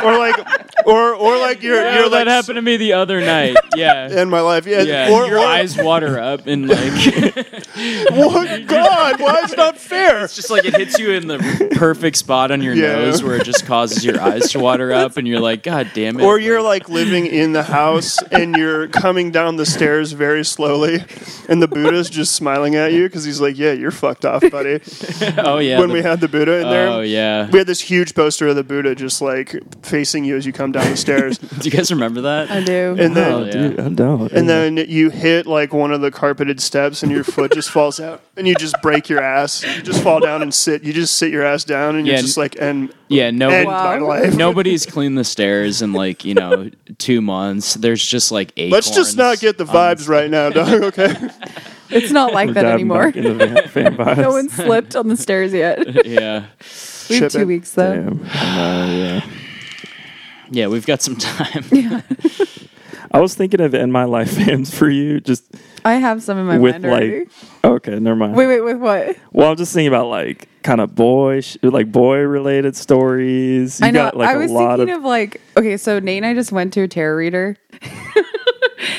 Speaker 2: or like or or like you're
Speaker 4: Yeah,
Speaker 2: you're like
Speaker 4: that happened to me the other night.
Speaker 2: [laughs]
Speaker 4: Yeah.
Speaker 2: in my life yeah,
Speaker 4: Yeah,
Speaker 2: or,
Speaker 4: your
Speaker 2: or- [laughs]
Speaker 4: eyes water up and like
Speaker 2: what god why is not
Speaker 4: [laughs]
Speaker 2: fair
Speaker 4: just like it hits you in the perfect spot on your
Speaker 2: Yeah.
Speaker 4: nose where it just causes your eyes to water up and you're like, God damn it!
Speaker 2: or you're like living in the house and you're coming down the stairs very slowly and the buddha's just smiling at you because he's like yeah you're fucked off buddy
Speaker 4: oh yeah,
Speaker 2: when
Speaker 4: the-
Speaker 2: we had the buddha in there
Speaker 4: oh yeah.
Speaker 2: We had this huge poster of the Buddha just like facing you as you come down
Speaker 1: [laughs]
Speaker 2: the stairs.
Speaker 4: Do you guys remember that?
Speaker 3: I do.
Speaker 2: And then
Speaker 4: Oh, yeah.
Speaker 1: Dude, I don't.
Speaker 2: and then you hit like one of the carpeted steps and your foot just falls out and you just break your ass. You just fall down and sit. You just sit your ass down and
Speaker 4: Yeah,
Speaker 2: you're just like and
Speaker 4: yeah,
Speaker 2: end
Speaker 4: no,
Speaker 2: [laughs]
Speaker 3: Wow.
Speaker 2: my life.
Speaker 4: nobody's cleaned the stairs in like you know two months. There's just like eight.
Speaker 2: Let's just not get the vibes right now,
Speaker 1: [laughs]
Speaker 2: dog. Okay.
Speaker 3: It's not like that
Speaker 1: Diving
Speaker 3: anymore.
Speaker 1: back into the fan vibes.
Speaker 3: [laughs] No one slipped on the
Speaker 1: [laughs]
Speaker 3: stairs yet.
Speaker 4: Um, Yeah,
Speaker 3: we have
Speaker 2: Ship it.
Speaker 3: two weeks though.
Speaker 1: Damn. I know, yeah.
Speaker 4: yeah, we've got some time.
Speaker 3: [laughs]
Speaker 1: I was thinking of end my life fans [laughs] for you, just
Speaker 3: I have some in my
Speaker 1: with
Speaker 3: mind already.
Speaker 1: like. Okay, never mind.
Speaker 3: wait, wait, with what?
Speaker 1: Well, I'm just thinking about like kind of boy, sh- like boy related stories. You
Speaker 3: I know.
Speaker 1: got like
Speaker 3: I was
Speaker 1: a lot
Speaker 3: thinking of, like, okay, so Nate and I just went to a
Speaker 1: [laughs]
Speaker 3: tarot reader.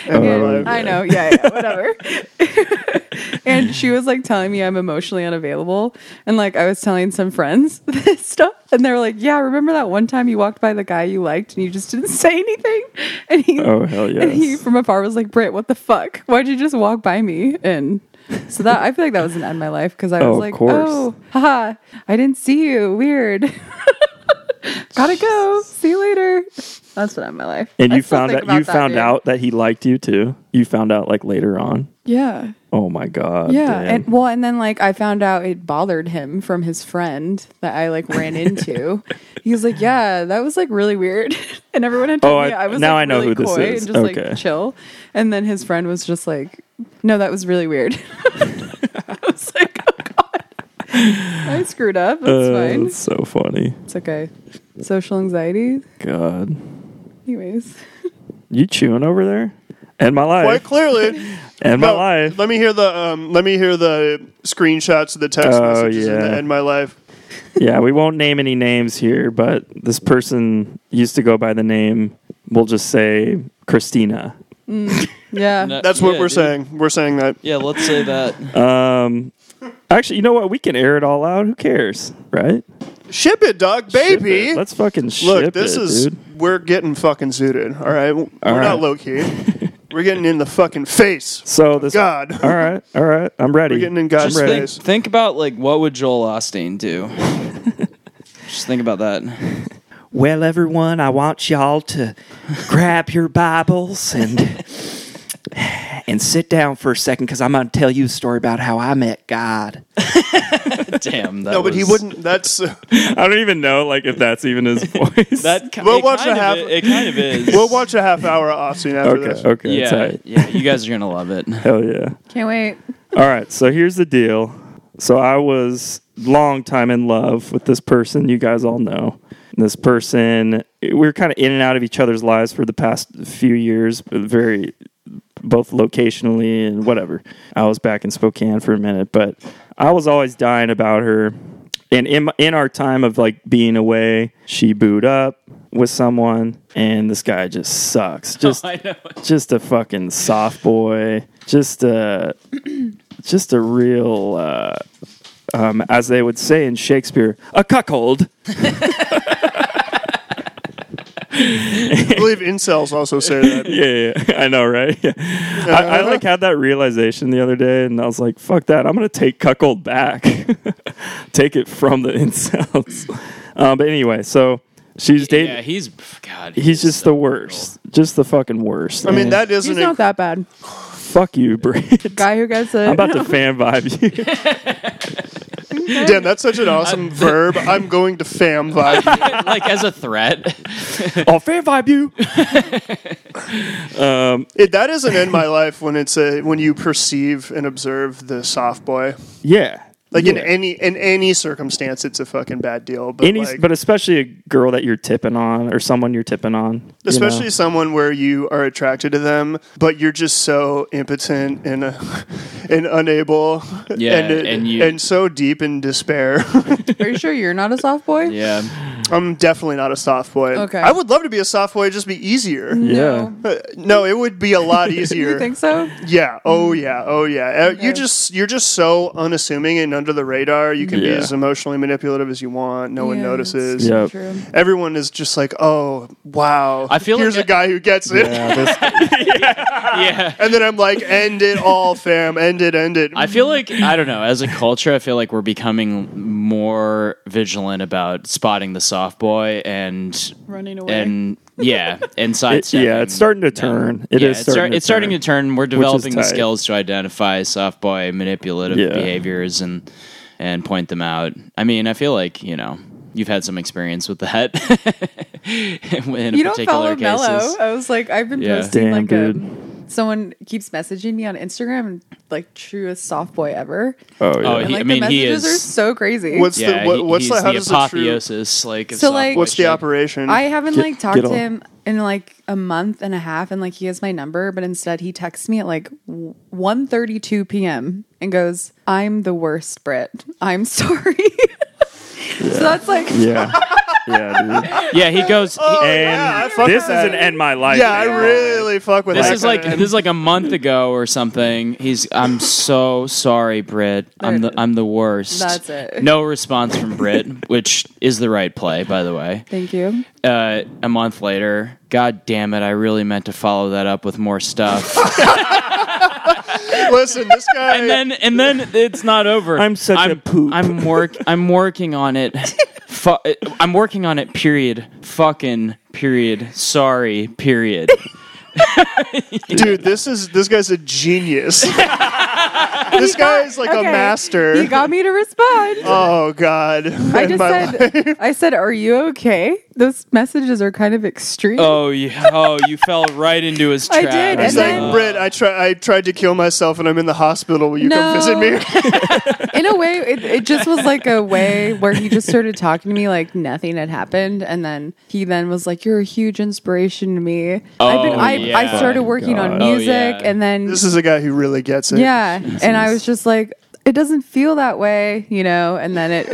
Speaker 1: Oh,
Speaker 2: End my
Speaker 3: And-
Speaker 2: life.
Speaker 3: I know. Yeah, yeah, whatever.
Speaker 1: [laughs]
Speaker 3: and she was like telling me I'm emotionally unavailable. And like I was telling some friends [laughs] this stuff. And they were like, Yeah, remember that one time you walked by the guy you liked and you just didn't [laughs] say anything? And he
Speaker 1: Oh, hell yes.
Speaker 3: And he from afar was like, Britt, what the fuck? Why'd you just walk by me? And so that I feel like that was an end of my life because I
Speaker 1: Oh,
Speaker 3: was
Speaker 1: of
Speaker 3: like,
Speaker 1: course.
Speaker 3: Oh, haha, I didn't see you. Weird. [laughs] Gotta go. See you later. That's what I'm my life.
Speaker 1: and
Speaker 3: I
Speaker 1: you
Speaker 3: still
Speaker 1: found
Speaker 3: think
Speaker 1: out
Speaker 3: about
Speaker 1: you
Speaker 3: that,
Speaker 1: found
Speaker 3: dude.
Speaker 1: out that he liked you too. You found out like later on.
Speaker 3: Yeah.
Speaker 1: Oh my god.
Speaker 3: yeah,
Speaker 1: Dan.
Speaker 3: and well, and then like I found out it bothered him from his friend that I
Speaker 1: [laughs]
Speaker 3: like ran into. he was like, "Yeah, that was like really weird," [laughs] and everyone had told
Speaker 1: Oh,
Speaker 3: me
Speaker 1: I-
Speaker 3: I was
Speaker 1: now
Speaker 3: like,
Speaker 1: I know
Speaker 3: really
Speaker 1: who this
Speaker 3: coy
Speaker 1: is.
Speaker 3: and just
Speaker 1: Okay.
Speaker 3: like chill. And then his friend was just like, "No, that was really weird." [laughs] I was like, "Oh god, I screwed up. That's
Speaker 1: Uh,
Speaker 3: fine.
Speaker 1: that's so funny.
Speaker 3: It's okay." Social anxiety,
Speaker 1: God.
Speaker 3: anyways.
Speaker 1: You chewing over there? And my
Speaker 2: Quite
Speaker 1: life.
Speaker 2: clearly.
Speaker 1: and my
Speaker 2: No,
Speaker 1: life.
Speaker 2: Let me hear the um, let me hear the screenshots of the text
Speaker 1: Oh,
Speaker 2: messages in
Speaker 1: yeah.
Speaker 2: the end my life.
Speaker 1: yeah, we won't name any names here, but this person used to go by the name, we'll just say Christina.
Speaker 3: Yeah,
Speaker 2: That's what we're saying. We're saying that.
Speaker 4: Yeah, let's say that.
Speaker 2: [laughs]
Speaker 1: Um, actually, you know what? We can air it all out. Who cares, right?
Speaker 2: Ship it, dog,
Speaker 1: Ship
Speaker 2: baby.
Speaker 1: it. let's fucking ship
Speaker 2: Look, this
Speaker 1: it,
Speaker 2: is
Speaker 1: dude.
Speaker 2: we're getting fucking zooted. All right, we're
Speaker 1: All right.
Speaker 2: not low key.
Speaker 1: [laughs]
Speaker 2: we're getting in the fucking face.
Speaker 1: So this.
Speaker 2: God,
Speaker 1: All right, all right. I'm ready.
Speaker 2: we're getting in God's
Speaker 4: Just think,
Speaker 2: face.
Speaker 4: think about like what would Joel Osteen
Speaker 3: [laughs]
Speaker 4: do? Just think
Speaker 2: [laughs]
Speaker 4: about that.
Speaker 5: Well, everyone, I want y'all to grab your Bibles and and sit down for a second because I'm going to tell you a story about how I met God.
Speaker 4: Damn. That
Speaker 2: No, but he
Speaker 4: was-
Speaker 2: wouldn't. That's [laughs]
Speaker 1: I don't even know like if that's
Speaker 5: [laughs]
Speaker 1: even his voice.
Speaker 4: That ki-
Speaker 2: We'll
Speaker 4: it
Speaker 2: watch
Speaker 4: kind
Speaker 2: a
Speaker 4: of
Speaker 2: half-
Speaker 4: i- It, kind of is. [laughs]
Speaker 2: we'll watch a half hour off scene after
Speaker 1: okay,
Speaker 2: this.
Speaker 1: okay,
Speaker 4: Yeah,
Speaker 1: tight.
Speaker 4: yeah. You guys are gonna love [laughs] it.
Speaker 1: Hell yeah.
Speaker 3: can't wait.
Speaker 1: All right, so here's the deal. So I was long time in love with this person you guys all know. This person we were kind of in and out of each other's lives for the past few years, but very both locationally and whatever. I was back in Spokane for a minute, but I was always dying about her. And in in our time of like being away, she booed up with someone, and this guy just sucks. Just
Speaker 4: I know.
Speaker 1: just a fucking soft boy. Just a [clears throat] just a real. Uh, um, as they would say in Shakespeare, a cuckold.
Speaker 2: I believe incels also say that.
Speaker 1: Yeah, yeah, yeah. [laughs] I know, right? Yeah. I, I like had that realization the other day, and I was like, "Fuck that! I'm gonna take cuckold back, [laughs] take it from the [laughs] incels." um, but anyway, so she's dating.
Speaker 4: Yeah, he's God. he
Speaker 1: he's
Speaker 4: is
Speaker 1: just
Speaker 4: so
Speaker 1: the worst, just the fucking worst.
Speaker 2: I mean,
Speaker 1: And
Speaker 2: that is
Speaker 3: He's
Speaker 2: an
Speaker 3: not that bad.
Speaker 1: fuck you, Brit.
Speaker 3: Guy who gets it.
Speaker 1: [laughs] I'm about to fan vibe you.
Speaker 2: Dan, that's such an
Speaker 3: [laughs]
Speaker 2: awesome verb. I'm going to fam vibe.
Speaker 4: brutal. [laughs] like as a [laughs] threat.
Speaker 1: [laughs] I'll fan vibe you.
Speaker 2: It, that isn't in my life when it's a when you perceive and observe the soft boy.
Speaker 1: Yeah.
Speaker 2: Like in
Speaker 1: Yeah.
Speaker 2: any in any circumstance, it's a fucking bad deal. But
Speaker 1: Any,
Speaker 2: like,
Speaker 1: but especially a girl that you're tipping on or someone you're tipping on. you
Speaker 2: especially
Speaker 1: know?
Speaker 2: someone where you are attracted to them, but you're just so impotent and uh, [laughs] and unable,
Speaker 4: Yeah,
Speaker 2: and
Speaker 4: and you-
Speaker 2: and so deep in despair. [laughs]
Speaker 3: [laughs] Are you sure you're not a soft boy?
Speaker 4: Yeah.
Speaker 2: I'm definitely not a soft boy.
Speaker 3: Okay.
Speaker 2: I would love to be a soft boy, it'd just be easier.
Speaker 1: Yeah.
Speaker 2: Uh, No, it would be a
Speaker 3: [laughs]
Speaker 2: lot
Speaker 3: Do
Speaker 2: easier.
Speaker 3: you think so? Mm.
Speaker 2: Yeah. Oh yeah. Oh yeah. Uh, You just you're just so unassuming and under the radar. You can be
Speaker 1: Yeah.
Speaker 2: as emotionally manipulative as you want. No one
Speaker 3: Yeah,
Speaker 2: notices.
Speaker 3: that's
Speaker 1: Yep.
Speaker 3: true.
Speaker 2: Everyone is just like, oh wow.
Speaker 4: I feel
Speaker 2: here's
Speaker 4: like
Speaker 2: a guy who gets it.
Speaker 1: Yeah, this-
Speaker 4: Yeah.
Speaker 2: And then I'm like, end it all, fam. End it. End it.
Speaker 4: I feel like I don't know. As a culture, I feel like we're becoming more vigilant about spotting the soft boy and
Speaker 3: Running away.
Speaker 4: and yeah, and
Speaker 1: it-
Speaker 4: sidestepping.
Speaker 1: yeah, it's starting to turn. It
Speaker 4: Yeah,
Speaker 1: is
Speaker 4: it's,
Speaker 1: starting.
Speaker 4: start-
Speaker 1: to
Speaker 4: it's starting to turn. We're
Speaker 1: is
Speaker 4: developing the
Speaker 1: tight.
Speaker 4: skills to identify soft boy manipulative
Speaker 1: Yeah.
Speaker 4: behaviors and and point them out. I mean, I feel like you know you've had some experience with that. [laughs] in
Speaker 3: You don't
Speaker 4: particular
Speaker 3: follow
Speaker 4: cases.
Speaker 3: Mello. I was like, I've been
Speaker 4: Yeah.
Speaker 3: posting
Speaker 1: Damn,
Speaker 3: like
Speaker 1: dude.
Speaker 3: a. Someone keeps messaging me on Instagram, like truest soft boy ever.
Speaker 1: Oh yeah.
Speaker 4: Oh,
Speaker 3: And
Speaker 4: he-
Speaker 3: like
Speaker 4: I mean,
Speaker 3: the
Speaker 4: he
Speaker 3: messages
Speaker 4: is-
Speaker 3: are so crazy.
Speaker 2: What's
Speaker 4: Yeah,
Speaker 2: the what,
Speaker 4: he-
Speaker 2: what's
Speaker 4: he's
Speaker 2: the
Speaker 4: the,
Speaker 2: how does the true,
Speaker 4: apotheosis. like, of
Speaker 3: So,
Speaker 4: soft
Speaker 3: like-
Speaker 4: boy
Speaker 2: what's the
Speaker 4: shit.
Speaker 2: operation?
Speaker 3: I haven't
Speaker 1: Get-
Speaker 3: like
Speaker 1: get
Speaker 3: talked to
Speaker 1: on.
Speaker 3: him in like a month and a half, and like he has my number, but instead he texts me at like 1.32 p.m. and goes, "I'm the worst, Brit. I'm [laughs] sorry." So that's like
Speaker 1: [laughs] yeah. Yeah,
Speaker 4: [laughs]
Speaker 1: dude.
Speaker 4: Yeah, he goes. he-
Speaker 2: Oh, yeah, I
Speaker 1: And
Speaker 2: fuck
Speaker 1: this
Speaker 2: with that.
Speaker 1: is an end my life.
Speaker 2: yeah, I really fuck with
Speaker 4: This
Speaker 2: that
Speaker 4: is like
Speaker 2: kinda-
Speaker 4: this is like a month ago or something. He's I'm so sorry, Brit. I'm the I'm the worst.
Speaker 3: That's it.
Speaker 4: No response from Brit, which is the right play, by the way.
Speaker 3: thank you.
Speaker 4: Uh, a month later, God damn it! I really meant to follow that up with more stuff. [laughs]
Speaker 2: Listen, this guy.
Speaker 4: and then and then it's not over.
Speaker 1: I'm such a poop.
Speaker 4: I'm work. I'm working on it. Fu- I'm working on it. Period. Fucking period. Sorry. Period. [laughs]
Speaker 2: dude, this is this guy's a genius. This guy is like a
Speaker 3: Okay.
Speaker 2: master.
Speaker 3: He got me to respond.
Speaker 2: oh God!
Speaker 3: I
Speaker 2: In
Speaker 3: just
Speaker 2: my life.
Speaker 3: said, I said, are you okay? Those messages are kind of extreme.
Speaker 4: Oh, yeah. oh, you fell right into his
Speaker 3: I
Speaker 4: trap.
Speaker 3: did,
Speaker 2: He's
Speaker 3: and
Speaker 2: like,
Speaker 3: then-
Speaker 2: Britt, I try. I tried to kill myself, and I'm in the hospital. Will you come visit
Speaker 3: No.
Speaker 2: me?
Speaker 3: In a way, it, it just was like a way where he just started talking to me like nothing had happened. And then he then was like, you're a huge inspiration to me. I've been,
Speaker 4: Oh,
Speaker 3: I, I
Speaker 4: yeah.
Speaker 3: started working on
Speaker 1: God.
Speaker 4: Oh,
Speaker 3: music
Speaker 4: yeah.
Speaker 3: and then,
Speaker 2: this is a guy who really gets it.
Speaker 3: yeah. And I was just like, it doesn't feel that way, you know? And then it,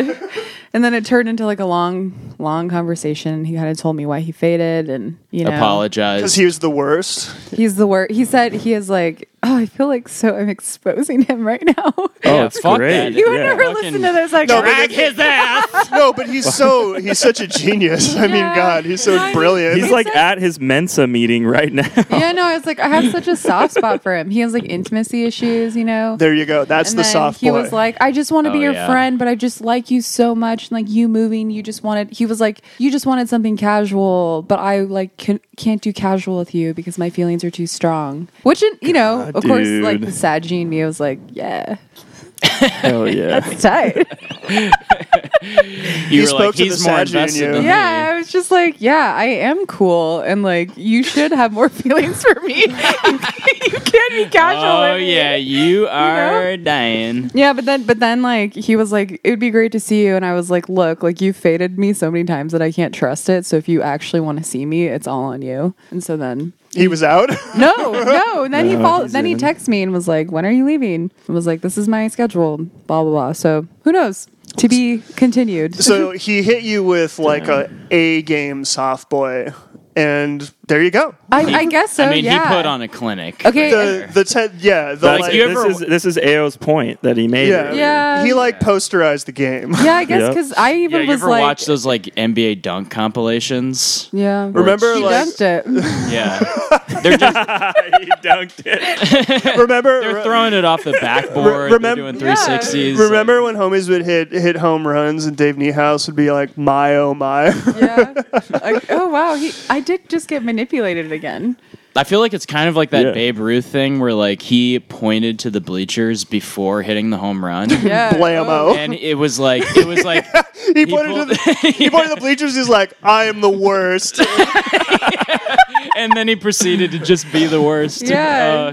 Speaker 3: [laughs] and then it turned into like a long, long conversation. He kind of told me why he faded and, you know,
Speaker 2: because
Speaker 4: Apologize.
Speaker 2: he was the worst.
Speaker 3: He's the word. He said he is like, oh, I feel like so I'm exposing him right now.
Speaker 1: Oh,
Speaker 4: Yeah,
Speaker 1: it's
Speaker 4: fuck
Speaker 1: great.
Speaker 4: that.
Speaker 3: [laughs] you would
Speaker 1: Yeah.
Speaker 3: never
Speaker 4: Fucking-
Speaker 3: listen to this. Like,
Speaker 2: No, but
Speaker 3: "Rag
Speaker 2: it-
Speaker 3: his ass.
Speaker 2: No, but he's so he's such a genius. I mean,
Speaker 3: Yeah.
Speaker 2: God, he's
Speaker 3: No, I
Speaker 2: so
Speaker 3: mean-
Speaker 2: brilliant.
Speaker 1: [laughs] He's like
Speaker 3: said-
Speaker 1: at his Mensa meeting right now.
Speaker 4: [laughs]
Speaker 1: [laughs]
Speaker 2: Oh.
Speaker 3: yeah, no, it's like I have such a soft spot for him. He has like intimacy issues, you know.
Speaker 2: there you go. That's
Speaker 3: and
Speaker 2: the
Speaker 3: then
Speaker 2: soft
Speaker 3: he
Speaker 2: boy.
Speaker 3: was like, I just want to be
Speaker 4: Oh,
Speaker 3: your
Speaker 4: yeah.
Speaker 3: friend, but I just like you so much. And like you moving, you just wanted, he was like, you just wanted something casual, but I like can, can't do casual with you because my feelings are too strong. Which, in- you know, of course, like
Speaker 1: dude.
Speaker 3: the sad gene me was like, yeah,
Speaker 1: Hell Oh, yeah.
Speaker 3: tight.
Speaker 4: You
Speaker 2: He
Speaker 4: were
Speaker 2: spoke
Speaker 4: like,
Speaker 2: to the
Speaker 4: he's
Speaker 2: Saju
Speaker 4: more
Speaker 2: in
Speaker 4: invested
Speaker 2: you.
Speaker 4: than
Speaker 3: [laughs] Yeah,
Speaker 4: me.
Speaker 3: I was just like, yeah, I am cool, and like you should have more [laughs] feelings for me. you can't be casual.
Speaker 4: Oh,
Speaker 3: with me.
Speaker 4: yeah, you are dying.
Speaker 3: Yeah, but then but then like he was like, it would be great to see you, and I was like, look, like you faded me so many times that I can't trust it. So if you actually want to see me, it's all on you. And
Speaker 2: [laughs]
Speaker 3: so then
Speaker 2: he was
Speaker 3: [laughs]
Speaker 2: out.
Speaker 3: no, no, and then he
Speaker 1: No,
Speaker 3: followed,
Speaker 1: he's
Speaker 3: then he
Speaker 1: in.
Speaker 3: texts me and was like, when are you leaving? I was like, this is my schedule, blah blah blah. So who knows? To be continued.
Speaker 2: so he hit you with like a A game soft boy, and there you go.
Speaker 3: I, I guess so.
Speaker 4: I mean,
Speaker 3: Oh, yeah.
Speaker 4: he put on a clinic.
Speaker 3: Okay,
Speaker 2: The the te- yeah the
Speaker 1: That's,
Speaker 2: like,
Speaker 4: you
Speaker 1: this,
Speaker 4: ever-
Speaker 1: is, this is Ao's point that he made.
Speaker 2: yeah.
Speaker 4: [laughs]
Speaker 1: earlier.
Speaker 3: Yeah.
Speaker 2: he like posterized the game.
Speaker 3: Yeah, I guess
Speaker 1: Yep.
Speaker 3: because I
Speaker 4: Yeah,
Speaker 3: even
Speaker 4: you
Speaker 3: was
Speaker 4: ever
Speaker 3: like,
Speaker 4: watch those like NBA dunk compilations?
Speaker 3: yeah,
Speaker 2: Remember,
Speaker 3: she
Speaker 2: like, [laughs]
Speaker 3: dumped it.
Speaker 4: Yeah, they're just
Speaker 1: he dunked it.
Speaker 2: [laughs] remember,
Speaker 4: they're throwing it off the backboard.
Speaker 2: Re- remem-
Speaker 4: they're doing three sixties.
Speaker 2: remember when homies would hit hit home runs and Dave Niehaus would be like, "My oh my." [laughs]
Speaker 3: yeah, like, oh wow, he, I did just get manipulated again.
Speaker 4: I feel like it's kind of like that
Speaker 1: Yeah.
Speaker 4: Babe Ruth thing where like he pointed to the bleachers before hitting the home run.
Speaker 3: Yeah,
Speaker 2: Blammo.
Speaker 4: [laughs] And it was like it was like
Speaker 2: [laughs] he pointed to
Speaker 4: Oh, pulled-
Speaker 2: the, he pointed to the bleachers. He's like, "I am the worst."
Speaker 4: [laughs] and then he proceeded to just be the worst.
Speaker 3: Yeah.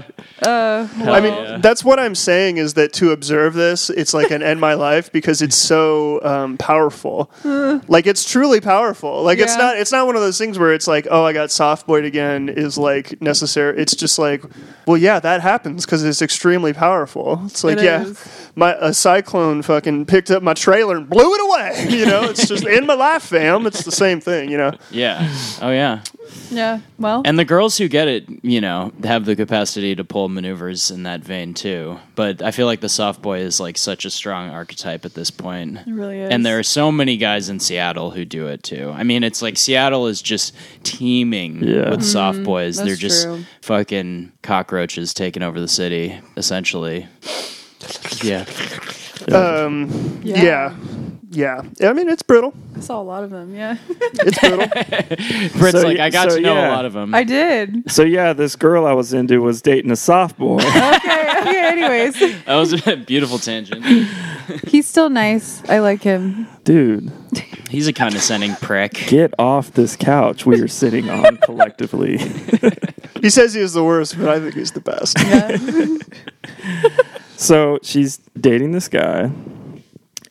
Speaker 4: Uh,
Speaker 3: Uh,
Speaker 2: I mean,
Speaker 4: yeah.
Speaker 2: that's what I'm saying is that to observe this, it's like an end my life because it's so um, powerful. like it's truly powerful. Like it's
Speaker 3: Yeah.
Speaker 2: not it's not one of those things where it's like, oh, I got soft boyed again is like necessary. It's just like, well, yeah, that happens because it's extremely powerful. It's like,
Speaker 3: It
Speaker 2: yeah,
Speaker 3: is.
Speaker 2: my a cyclone fucking picked up my trailer and blew it away. [laughs] You know, it's just in my life, fam. It's the same thing. You know,
Speaker 4: yeah. Oh yeah.
Speaker 3: yeah. Well,
Speaker 4: And the girls who get it, you know, have the capacity to pull maneuvers in that vein too. But I feel like the soft boy is like such a strong archetype at this point.
Speaker 3: it really is.
Speaker 4: And there are so many guys in Seattle who do it too. I mean, it's like Seattle is just teeming
Speaker 1: Yeah. Mm-hmm.
Speaker 4: with soft boys.
Speaker 3: that's
Speaker 4: They're just
Speaker 3: true.
Speaker 4: fucking cockroaches taking over the city, essentially.
Speaker 1: [laughs]
Speaker 4: Yeah.
Speaker 3: yeah,
Speaker 2: Um, yeah. yeah, I mean, it's brutal.
Speaker 3: I saw a lot of them. Yeah,
Speaker 2: It's brutal.
Speaker 4: Britt's
Speaker 1: So,
Speaker 4: like, I got
Speaker 1: so,
Speaker 4: to know
Speaker 1: yeah.
Speaker 4: a lot of them.
Speaker 3: [laughs] I did.
Speaker 1: So yeah, this girl I was into was dating a soft
Speaker 4: [laughs]
Speaker 1: boy.
Speaker 3: [laughs] Okay, okay. Anyways,
Speaker 4: that was [laughs] a beautiful tangent.
Speaker 3: he's still nice. I like him.
Speaker 1: Dude,
Speaker 4: He's a condescending
Speaker 1: [laughs]
Speaker 4: prick.
Speaker 1: get off this couch we are sitting on collectively.
Speaker 4: [laughs]
Speaker 2: he says he is the worst, but I think he's the best.
Speaker 1: So she's dating this guy.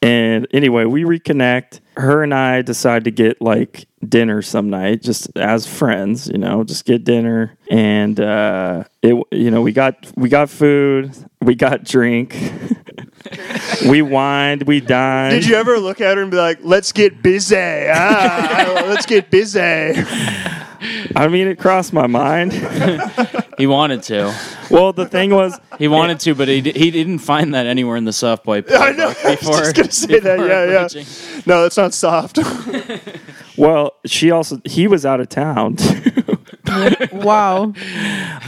Speaker 1: And anyway, we reconnect. Her and I decide to get like dinner some night, just as friends, you know, just get dinner. And uh, it, you know, we got we got food, we got drink, [laughs] we wined, we dined.
Speaker 2: Did you ever look at her and be like, "Let's get busy,
Speaker 4: [laughs]
Speaker 2: ah, let's get busy"?
Speaker 1: I mean, it crossed my mind.
Speaker 4: He wanted to.
Speaker 1: well, the thing was,
Speaker 4: He wanted to, but he, di- he didn't find that anywhere in the soft boy.
Speaker 1: [laughs]
Speaker 2: I know. I was just gonna say that. Yeah, yeah. No, that's not soft.
Speaker 4: [laughs]
Speaker 1: well, she also he was out of town. [laughs]
Speaker 3: Wow.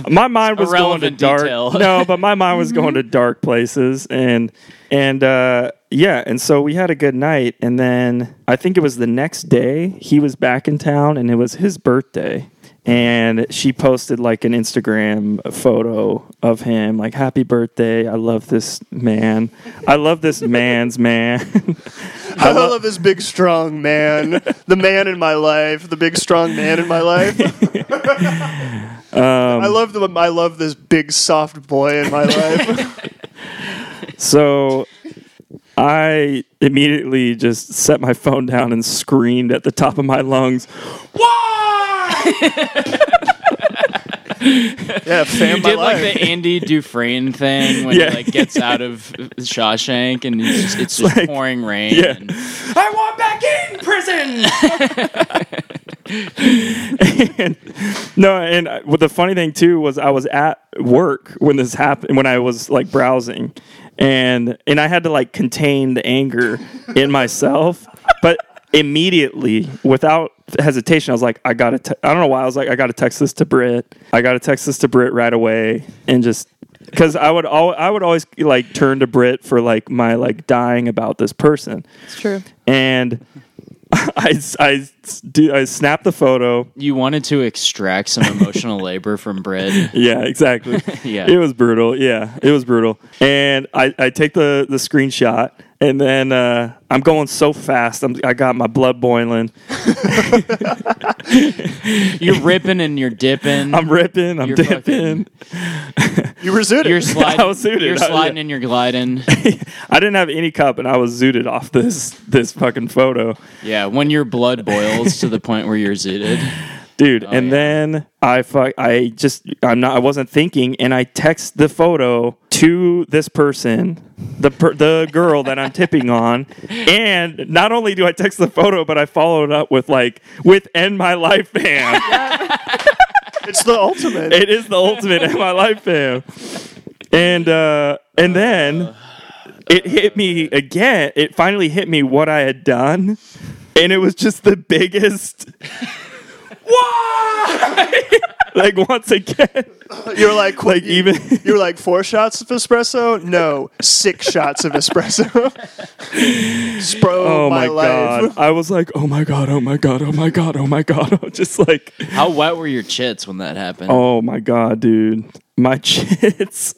Speaker 1: my mind was going to
Speaker 4: Irrelevant
Speaker 1: dark. [laughs]
Speaker 4: detail.
Speaker 1: no, but my mind was
Speaker 4: [laughs]
Speaker 1: going to dark places, and and uh, yeah, and so we had a good night, and then I think it was the next day he was back in town, and it was his birthday, and she posted like an Instagram photo of him, like "Happy birthday! I love this man. I love
Speaker 4: [laughs]
Speaker 1: this man's man." [laughs]
Speaker 2: I love this big strong man, the man in my life, the big strong man in my
Speaker 4: [laughs]
Speaker 2: life.
Speaker 4: Um,
Speaker 2: I love the I love this big soft boy in my
Speaker 4: [laughs]
Speaker 2: life.
Speaker 1: so I immediately just set my phone down and screamed at the top of my lungs.
Speaker 2: yeah, fan
Speaker 4: You
Speaker 2: my
Speaker 4: did like
Speaker 2: life.
Speaker 4: the Andy Dufresne thing when
Speaker 1: Yeah.
Speaker 4: he like gets out of Shawshank and it's
Speaker 1: [laughs]
Speaker 4: just, it's just
Speaker 1: Like,
Speaker 4: pouring rain.
Speaker 1: yeah.
Speaker 4: and-
Speaker 5: I want back in prison.
Speaker 1: and no, and I- what the funny thing too was I was at work when this happened when I was like browsing, and and I had to like contain the anger in myself, but immediately without hesitation I was like I gotta te- I don't know why I was like I gotta text this to Brit I gotta text this to Brit right away and just because I would al- I would always like turn to Brit for like my like dying about this person
Speaker 3: It's true.
Speaker 1: and. [laughs] I, I, do, I snapped the photo.
Speaker 4: You wanted to extract some emotional labor from Brit.
Speaker 1: Yeah, exactly.
Speaker 4: [laughs] Yeah.
Speaker 1: It was brutal. Yeah, it was brutal. And I, I take the, the screenshot and then uh, I'm going so fast. I'm, I got my blood boiling.
Speaker 4: [laughs] You're ripping and you're
Speaker 1: [laughs]
Speaker 4: dipping.
Speaker 1: I'm ripping. I'm
Speaker 4: You're
Speaker 1: dipping.
Speaker 2: [laughs] you were
Speaker 1: [laughs]
Speaker 2: zooted.
Speaker 4: you're sliding.
Speaker 1: I was suited.
Speaker 4: You're
Speaker 1: I-
Speaker 4: sliding and you're gliding.
Speaker 1: [laughs] I didn't have any cup and I was zooted off this, this fucking photo.
Speaker 4: Yeah, when your blood boils to the point where you're zooted.
Speaker 1: Dude, and
Speaker 4: yeah.
Speaker 1: then I fuck I just I'm not I wasn't thinking and I text the photo to this person, the per, the girl that I'm tipping on, and not only do I text the photo but I followed up with like with end my life fam.
Speaker 2: it's the ultimate.
Speaker 1: it is the ultimate end my life fam. And uh and then it hit me again. It finally hit me what I had done. And it was just the biggest [laughs] like once again.
Speaker 2: you're like
Speaker 1: Like even
Speaker 2: you're like four shots of espresso. No, six shots of espresso. Spro
Speaker 1: oh my,
Speaker 2: my, life.
Speaker 1: god. I was like, oh my god, oh my god, oh my god, oh my god. [laughs] Just like
Speaker 4: How wet were your chits when that happened?
Speaker 1: oh my god, dude. My chits.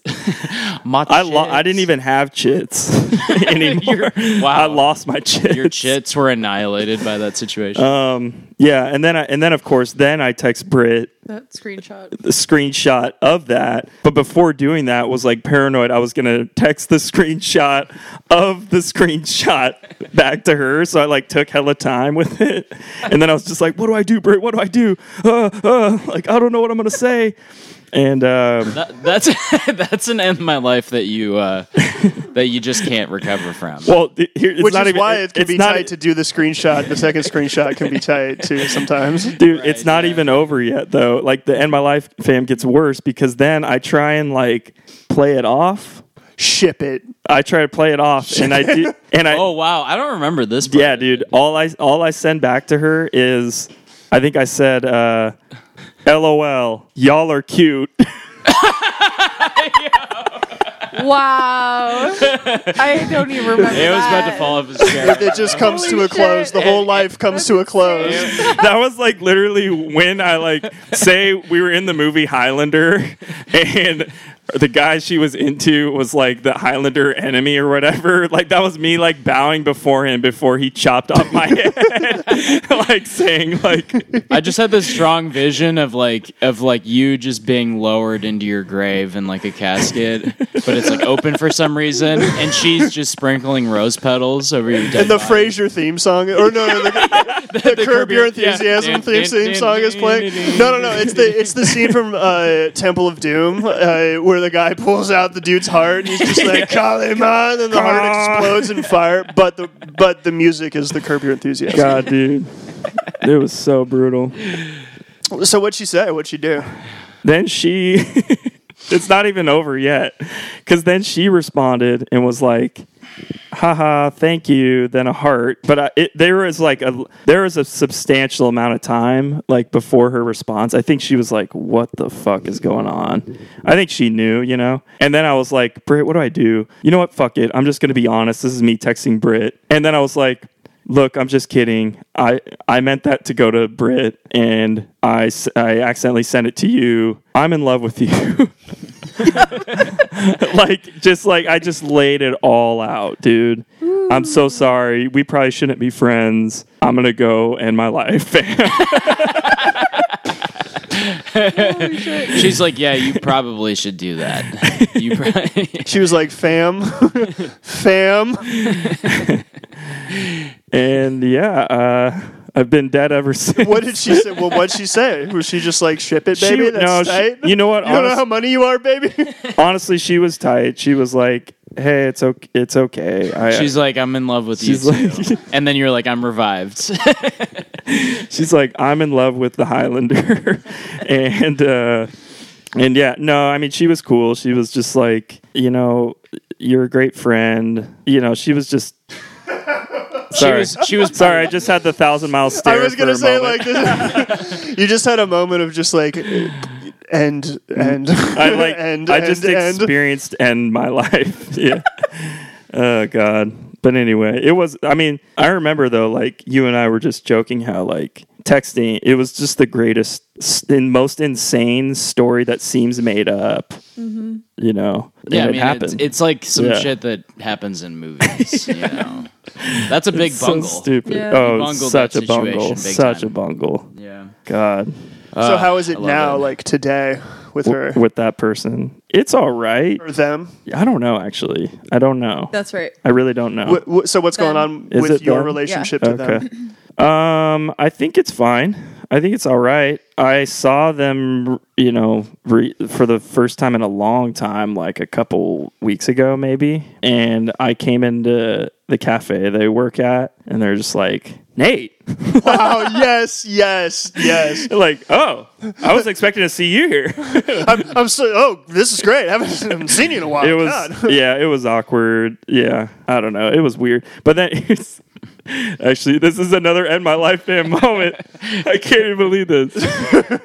Speaker 4: My
Speaker 1: I lo- I
Speaker 4: chits.
Speaker 1: didn't even have chits [laughs] anymore.
Speaker 4: [laughs] You're-
Speaker 1: I
Speaker 4: wow.
Speaker 1: lost my chits.
Speaker 4: Your chits were annihilated by that situation.
Speaker 1: Um yeah, and then I, and then of course then I text Brit
Speaker 3: That screenshot.
Speaker 1: the screenshot of that. But before doing that was like paranoid. I was gonna text the screenshot of the screenshot back to her. So I like took hella time with it. And then I was just like, what do I do, Britt? What do I do? Uh, uh, like I don't know what I'm gonna say. And um,
Speaker 4: That- that's [laughs] that's an end of my life that
Speaker 1: [laughs]
Speaker 4: you uh, that you just can't recover from.
Speaker 1: well, th- here, it's
Speaker 2: Which
Speaker 1: not
Speaker 2: is
Speaker 1: even,
Speaker 2: why it can
Speaker 1: it's
Speaker 2: be
Speaker 1: not, e-
Speaker 2: tight to do the screenshot. The second screenshot can be tight too sometimes.
Speaker 1: e, Dude, it's not even over yet though. Like the end my life fam gets worse because then I try and like play it off.
Speaker 2: Ship it.
Speaker 1: I try to play it off, and I do, and I
Speaker 4: oh wow, I don't remember this. part.
Speaker 1: Yeah, dude. All I all I send back to her is, I think I said, uh, "LOL, y'all are cute." [laughs]
Speaker 3: Wow. I don't even remember.
Speaker 4: It was about to fall off his chair.
Speaker 1: [laughs]
Speaker 2: It just comes to
Speaker 3: Holy
Speaker 2: a close.
Speaker 3: shit.
Speaker 2: The whole life comes to a close.
Speaker 1: that was like literally when I like say we were in the movie Highlander, [laughs] and the guy she was into was like the Highlander enemy or whatever. [laughs] Like that was me like bowing before him before he chopped off my [laughs] head, [laughs] like saying like.
Speaker 4: I just had this strong vision of like of like you just being lowered into your grave in like a casket, but it's like open for some reason, and she's just sprinkling rose petals over your dead.
Speaker 2: And the
Speaker 4: body.
Speaker 2: Frasier theme song, or no, no the, the, Curb Your Enthusiasm
Speaker 4: yeah.
Speaker 2: theme, theme song is playing. No, no, no, it's the it's the scene from uh, Temple of Doom uh, where the guy pulls out the dude's heart and he's just like Kaliman, and the heart explodes in fire. But the but the music is the Curb Your Enthusiasm.
Speaker 1: God, dude, it was so brutal.
Speaker 2: So what she say? What she do?
Speaker 1: then she [laughs] it's not even over yet because then she responded and was like haha thank you then a heart but I, it, there was like a there was a substantial amount of time like before her response i think she was like what the fuck is going on i think she knew you know and then i was like brit what do i do you know what fuck it i'm just gonna be honest this is me texting brit and then i was like Look, I'm just kidding. I I meant that to go to Brit, and I s- I accidentally sent it to you. I'm in love with you. like just like I just laid it all out, dude. I'm so sorry. We probably shouldn't be friends. I'm gonna go end my life. [laughs]
Speaker 3: Holy shit.
Speaker 4: She's like, yeah, you probably should do that.
Speaker 1: [laughs]
Speaker 4: You probably.
Speaker 2: She was like, "Fam, [laughs] fam."
Speaker 1: and yeah, uh, I've been dead ever since.
Speaker 2: What did she say? Well, what'd she say? Was she just like, "Ship it,
Speaker 1: She-
Speaker 2: baby"? That's
Speaker 1: no, she-
Speaker 2: tight.
Speaker 1: you know what,
Speaker 2: [laughs] You don't know
Speaker 1: honest-
Speaker 2: how money you are, baby.
Speaker 1: Honestly, she was tight. She was like, "Hey, it's okay. It's okay." I,
Speaker 4: [laughs] She's like, I'm in love with
Speaker 1: [laughs] She's
Speaker 4: you. too. and then you're like, I'm
Speaker 1: [laughs]
Speaker 4: revived. [laughs]
Speaker 1: she's like, I'm in love with the Highlander, [laughs] and uh, and yeah, no, I mean, she was cool. She was just like, you know, you're a great friend. You know, she was just. Sorry,
Speaker 4: was- she was-
Speaker 1: sorry. I just had the thousand mile stare.
Speaker 2: [laughs] I was
Speaker 1: for
Speaker 2: gonna
Speaker 1: a
Speaker 2: say
Speaker 1: moment.
Speaker 2: like
Speaker 1: [laughs]
Speaker 2: this. [laughs] you just had a moment of just like, and and
Speaker 1: I like
Speaker 2: [laughs] and
Speaker 1: I just
Speaker 2: and, and.
Speaker 1: experienced end my [laughs] life. yeah. oh god. But anyway, it was I mean, I remember though like you and I were just joking how like texting it was just the greatest s- and most insane story that seems made up. You know. And
Speaker 4: yeah, I
Speaker 1: it
Speaker 4: mean,
Speaker 1: happened.
Speaker 4: It's, it's like some
Speaker 1: Yeah.
Speaker 4: shit that happens in movies. You know? That's a
Speaker 1: [laughs]
Speaker 4: big
Speaker 1: so
Speaker 4: bungle.
Speaker 1: stupid.
Speaker 3: Yeah.
Speaker 1: Oh,
Speaker 4: Bungled
Speaker 1: such a
Speaker 4: that situation
Speaker 1: bungle.
Speaker 4: big
Speaker 1: Such
Speaker 4: time.
Speaker 1: a bungle.
Speaker 4: Yeah.
Speaker 1: God. Ah,
Speaker 2: So how is it
Speaker 4: I love
Speaker 2: now?
Speaker 4: it.
Speaker 2: Like today with her
Speaker 1: With that person. It's all right.
Speaker 2: or them?
Speaker 1: I don't know actually. I don't know.
Speaker 3: That's right.
Speaker 1: I really don't know.
Speaker 2: Wh- wh- so what's going on
Speaker 3: Them.
Speaker 1: Is
Speaker 2: with
Speaker 1: it
Speaker 2: your
Speaker 1: them?
Speaker 2: relationship to
Speaker 1: Okay.
Speaker 2: them?
Speaker 1: [laughs] Um, I think it's fine. I think it's all right. I saw them, you know, re- for the first time in a long time, like a couple weeks ago, maybe. And I came into the cafe they work at, and they're just like, Nate. [laughs]
Speaker 2: Wow! yes, yes, yes.
Speaker 1: like, oh, I was expecting to see you here. [laughs]
Speaker 2: I'm, I'm so. Oh, this is great. I haven't, haven't seen you in a while.
Speaker 1: it was
Speaker 2: Oh, God.
Speaker 1: yeah it was awkward yeah i don't know it was weird but then [laughs] it's- actually this is another end my life fan moment i can't even believe this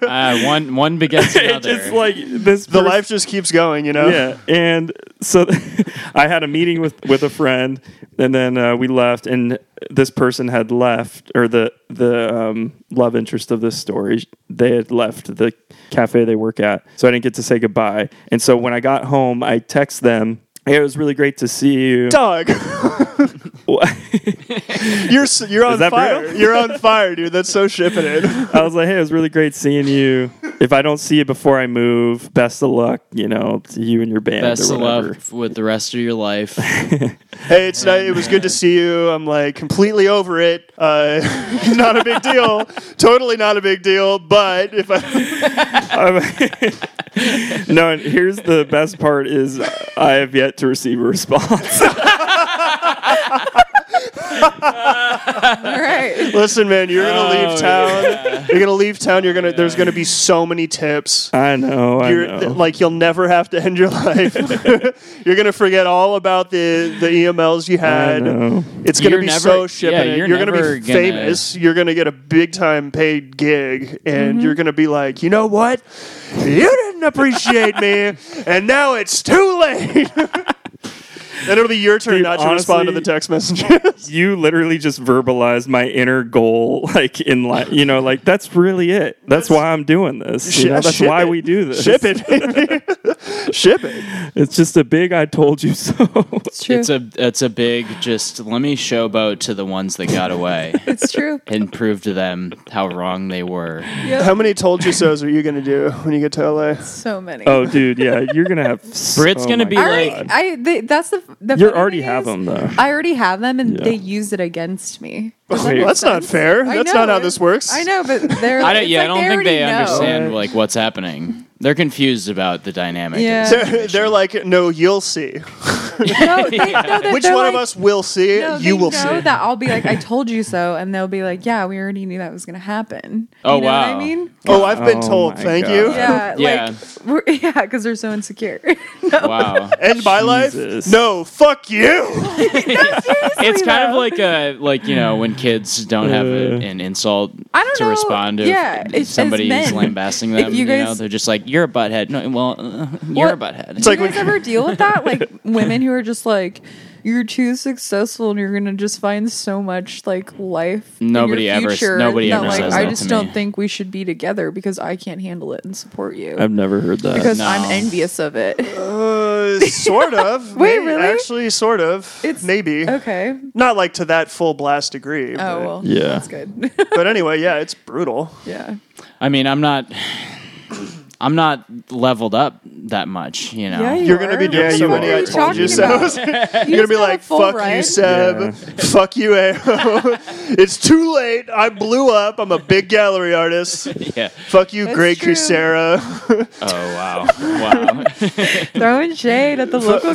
Speaker 4: Uh, one one begets
Speaker 1: it's
Speaker 4: another.
Speaker 1: just like this
Speaker 2: The
Speaker 1: person-
Speaker 2: life just keeps going, you know.
Speaker 1: yeah and so [laughs] i had a meeting with with a friend and then uh, we left and this person had left or the the um, love interest of this story they had left the cafe they work at so i didn't get to say goodbye and so when i got home i text them Hey, it was really great to see you.
Speaker 2: Dog, [laughs] you're s- you're on
Speaker 1: that
Speaker 2: fire.
Speaker 1: brutal?
Speaker 2: You're on fire, dude. That's so shipping it.
Speaker 1: [laughs] I was like, hey, it was really great seeing you. If I don't see you before I move, best of luck, you know, to you and your band
Speaker 4: Best
Speaker 1: or
Speaker 4: of
Speaker 1: whatever.
Speaker 4: luck with the rest of your life.
Speaker 2: Hey, it's nice. It was good to see you. I'm like completely over it. Uh, [laughs] not a big deal. Totally not a big deal. But if I, [laughs]
Speaker 1: [laughs] No, and here's the best part is I have yet to receive a response.
Speaker 3: All right.
Speaker 2: listen, man, you're gonna
Speaker 1: Oh,
Speaker 2: leave town. You're gonna leave town. You're gonna. There's gonna be so many tips.
Speaker 1: I know, I
Speaker 2: You're,
Speaker 1: know.
Speaker 2: th- like you'll never have to end your [laughs] life. you're gonna forget all about the the EMLs you
Speaker 1: I
Speaker 2: had.
Speaker 1: know.
Speaker 2: It's going to
Speaker 4: You're
Speaker 2: be
Speaker 4: never-
Speaker 2: so shipping.
Speaker 4: yeah,
Speaker 2: it.
Speaker 4: you're
Speaker 2: you're going to
Speaker 4: never
Speaker 2: be
Speaker 4: gonna-
Speaker 2: famous. You're going to get a big time paid gig, and you're going to be like, you know what? You didn't appreciate me, and now it's too late. [laughs] and it'll be your turn
Speaker 1: Dude,
Speaker 2: not to respond to
Speaker 1: honestly-
Speaker 2: the text messages.
Speaker 1: You literally just verbalized my inner goal, [laughs] like in life. You know, like that's really it. That's why I'm doing this. You
Speaker 2: Ship-
Speaker 1: know, that's
Speaker 2: ship
Speaker 1: why
Speaker 2: it.
Speaker 1: we do this.
Speaker 2: Ship it, baby. [laughs] Ship it.
Speaker 1: It's just a big I told you so. [laughs]
Speaker 3: It's true.
Speaker 4: it's
Speaker 3: It's,
Speaker 4: a it's a big just let me showboat to the ones that got away
Speaker 3: true.
Speaker 4: and prove to them how wrong they were.
Speaker 2: How many told you so's are you going to do when you get to LA?
Speaker 3: So many.
Speaker 1: oh, dude, yeah, you're gonna have.
Speaker 4: Brit's
Speaker 1: oh
Speaker 4: gonna
Speaker 1: my
Speaker 4: be
Speaker 3: I
Speaker 1: God.
Speaker 3: already,
Speaker 4: like-
Speaker 3: I they, that's the the.
Speaker 1: You
Speaker 3: funny
Speaker 1: already
Speaker 3: thing
Speaker 1: have
Speaker 3: is,
Speaker 1: them though.
Speaker 3: I already have them, and
Speaker 1: Yeah.
Speaker 3: they use it against me. Does that
Speaker 1: Wait.
Speaker 3: make
Speaker 2: That's not
Speaker 3: sense?
Speaker 2: fair.
Speaker 3: I
Speaker 2: That's
Speaker 3: know,
Speaker 2: not how
Speaker 3: it-
Speaker 2: this works.
Speaker 3: I know, but they're.
Speaker 4: I don't.
Speaker 3: it's
Speaker 4: Yeah,
Speaker 3: like
Speaker 4: I don't think
Speaker 3: already
Speaker 4: they
Speaker 3: know.
Speaker 4: understand like what's happening. They're confused about the dynamic.
Speaker 3: Yeah.
Speaker 4: of the
Speaker 2: They're, [laughs]
Speaker 4: situation.
Speaker 2: they're like, no, you'll see.
Speaker 3: No, they, no, they-
Speaker 2: Which
Speaker 3: they're
Speaker 2: one of
Speaker 3: like-
Speaker 2: us will see?
Speaker 3: No,
Speaker 2: you
Speaker 3: they
Speaker 2: will
Speaker 3: know
Speaker 2: see.
Speaker 3: that I'll be like,
Speaker 2: [laughs]
Speaker 3: I told you so, and they'll be like, Yeah, we already knew that was gonna happen.
Speaker 4: Oh,
Speaker 3: you know What
Speaker 4: wow. [laughs]
Speaker 3: I mean,
Speaker 2: Oh, I've been
Speaker 1: Oh
Speaker 2: told.
Speaker 1: my
Speaker 2: Thank
Speaker 1: God.
Speaker 2: you.
Speaker 3: yeah,
Speaker 4: Yeah.
Speaker 3: like we're, [laughs] yeah, because they're so insecure. [laughs] no,
Speaker 4: wow.
Speaker 2: End my life?
Speaker 1: Jesus.
Speaker 2: No, fuck you.
Speaker 4: It's kind of like a like you know when kids don't have a, an insult
Speaker 3: I don't
Speaker 4: to
Speaker 3: know.
Speaker 4: respond to
Speaker 3: Yeah,
Speaker 4: if
Speaker 3: it's- as
Speaker 4: somebody's
Speaker 3: men, [laughs]
Speaker 4: lambasting
Speaker 3: if
Speaker 4: them.
Speaker 3: you
Speaker 4: You, know,
Speaker 3: guys-
Speaker 4: they're just like you're a butthead. No, well, uh, you're a butthead.
Speaker 2: It's like
Speaker 4: [laughs]
Speaker 3: Do you guys
Speaker 2: when-
Speaker 3: ever deal with that? Like women who are just like, you're too successful and you're gonna just find so much like life. in your
Speaker 4: Nobody ever-
Speaker 3: future
Speaker 4: nobody
Speaker 3: that,
Speaker 4: ever
Speaker 3: like,
Speaker 4: says
Speaker 3: I
Speaker 4: that
Speaker 3: just
Speaker 4: to
Speaker 3: don't
Speaker 4: me.
Speaker 3: think we should be together because I can't handle it and support you
Speaker 1: I've never heard that.
Speaker 3: because
Speaker 4: No.
Speaker 3: I'm envious of
Speaker 4: [laughs]
Speaker 3: it.
Speaker 2: Uh, sort of.
Speaker 3: [laughs] Wait,
Speaker 2: May-
Speaker 3: really?
Speaker 2: Actually, sort of.
Speaker 3: It's-
Speaker 2: maybe
Speaker 3: okay. Oh
Speaker 2: not like to that full blast degree. but,
Speaker 3: well.
Speaker 1: Yeah.
Speaker 3: That's good. [laughs]
Speaker 2: but anyway, yeah, it's brutal.
Speaker 3: yeah.
Speaker 4: I mean, I'm not. I'm not leveled up that much, you know.
Speaker 3: you
Speaker 2: You're gonna be doing
Speaker 3: are. What
Speaker 2: so
Speaker 3: the
Speaker 2: many
Speaker 3: fuck are
Speaker 2: I told
Speaker 3: you
Speaker 2: you
Speaker 3: talking
Speaker 2: so. [laughs]
Speaker 3: about?
Speaker 2: You're gonna be like, fuck you, Seb.
Speaker 1: Yeah.
Speaker 2: Fuck you, Arrow. [laughs] it's too late. I blew up. I'm a big gallery artist.
Speaker 4: Yeah.
Speaker 2: Fuck you,
Speaker 3: That's
Speaker 2: Greg
Speaker 3: true.
Speaker 2: Kucera.
Speaker 4: Oh wow, wow. [laughs]
Speaker 3: Throwing shade at the local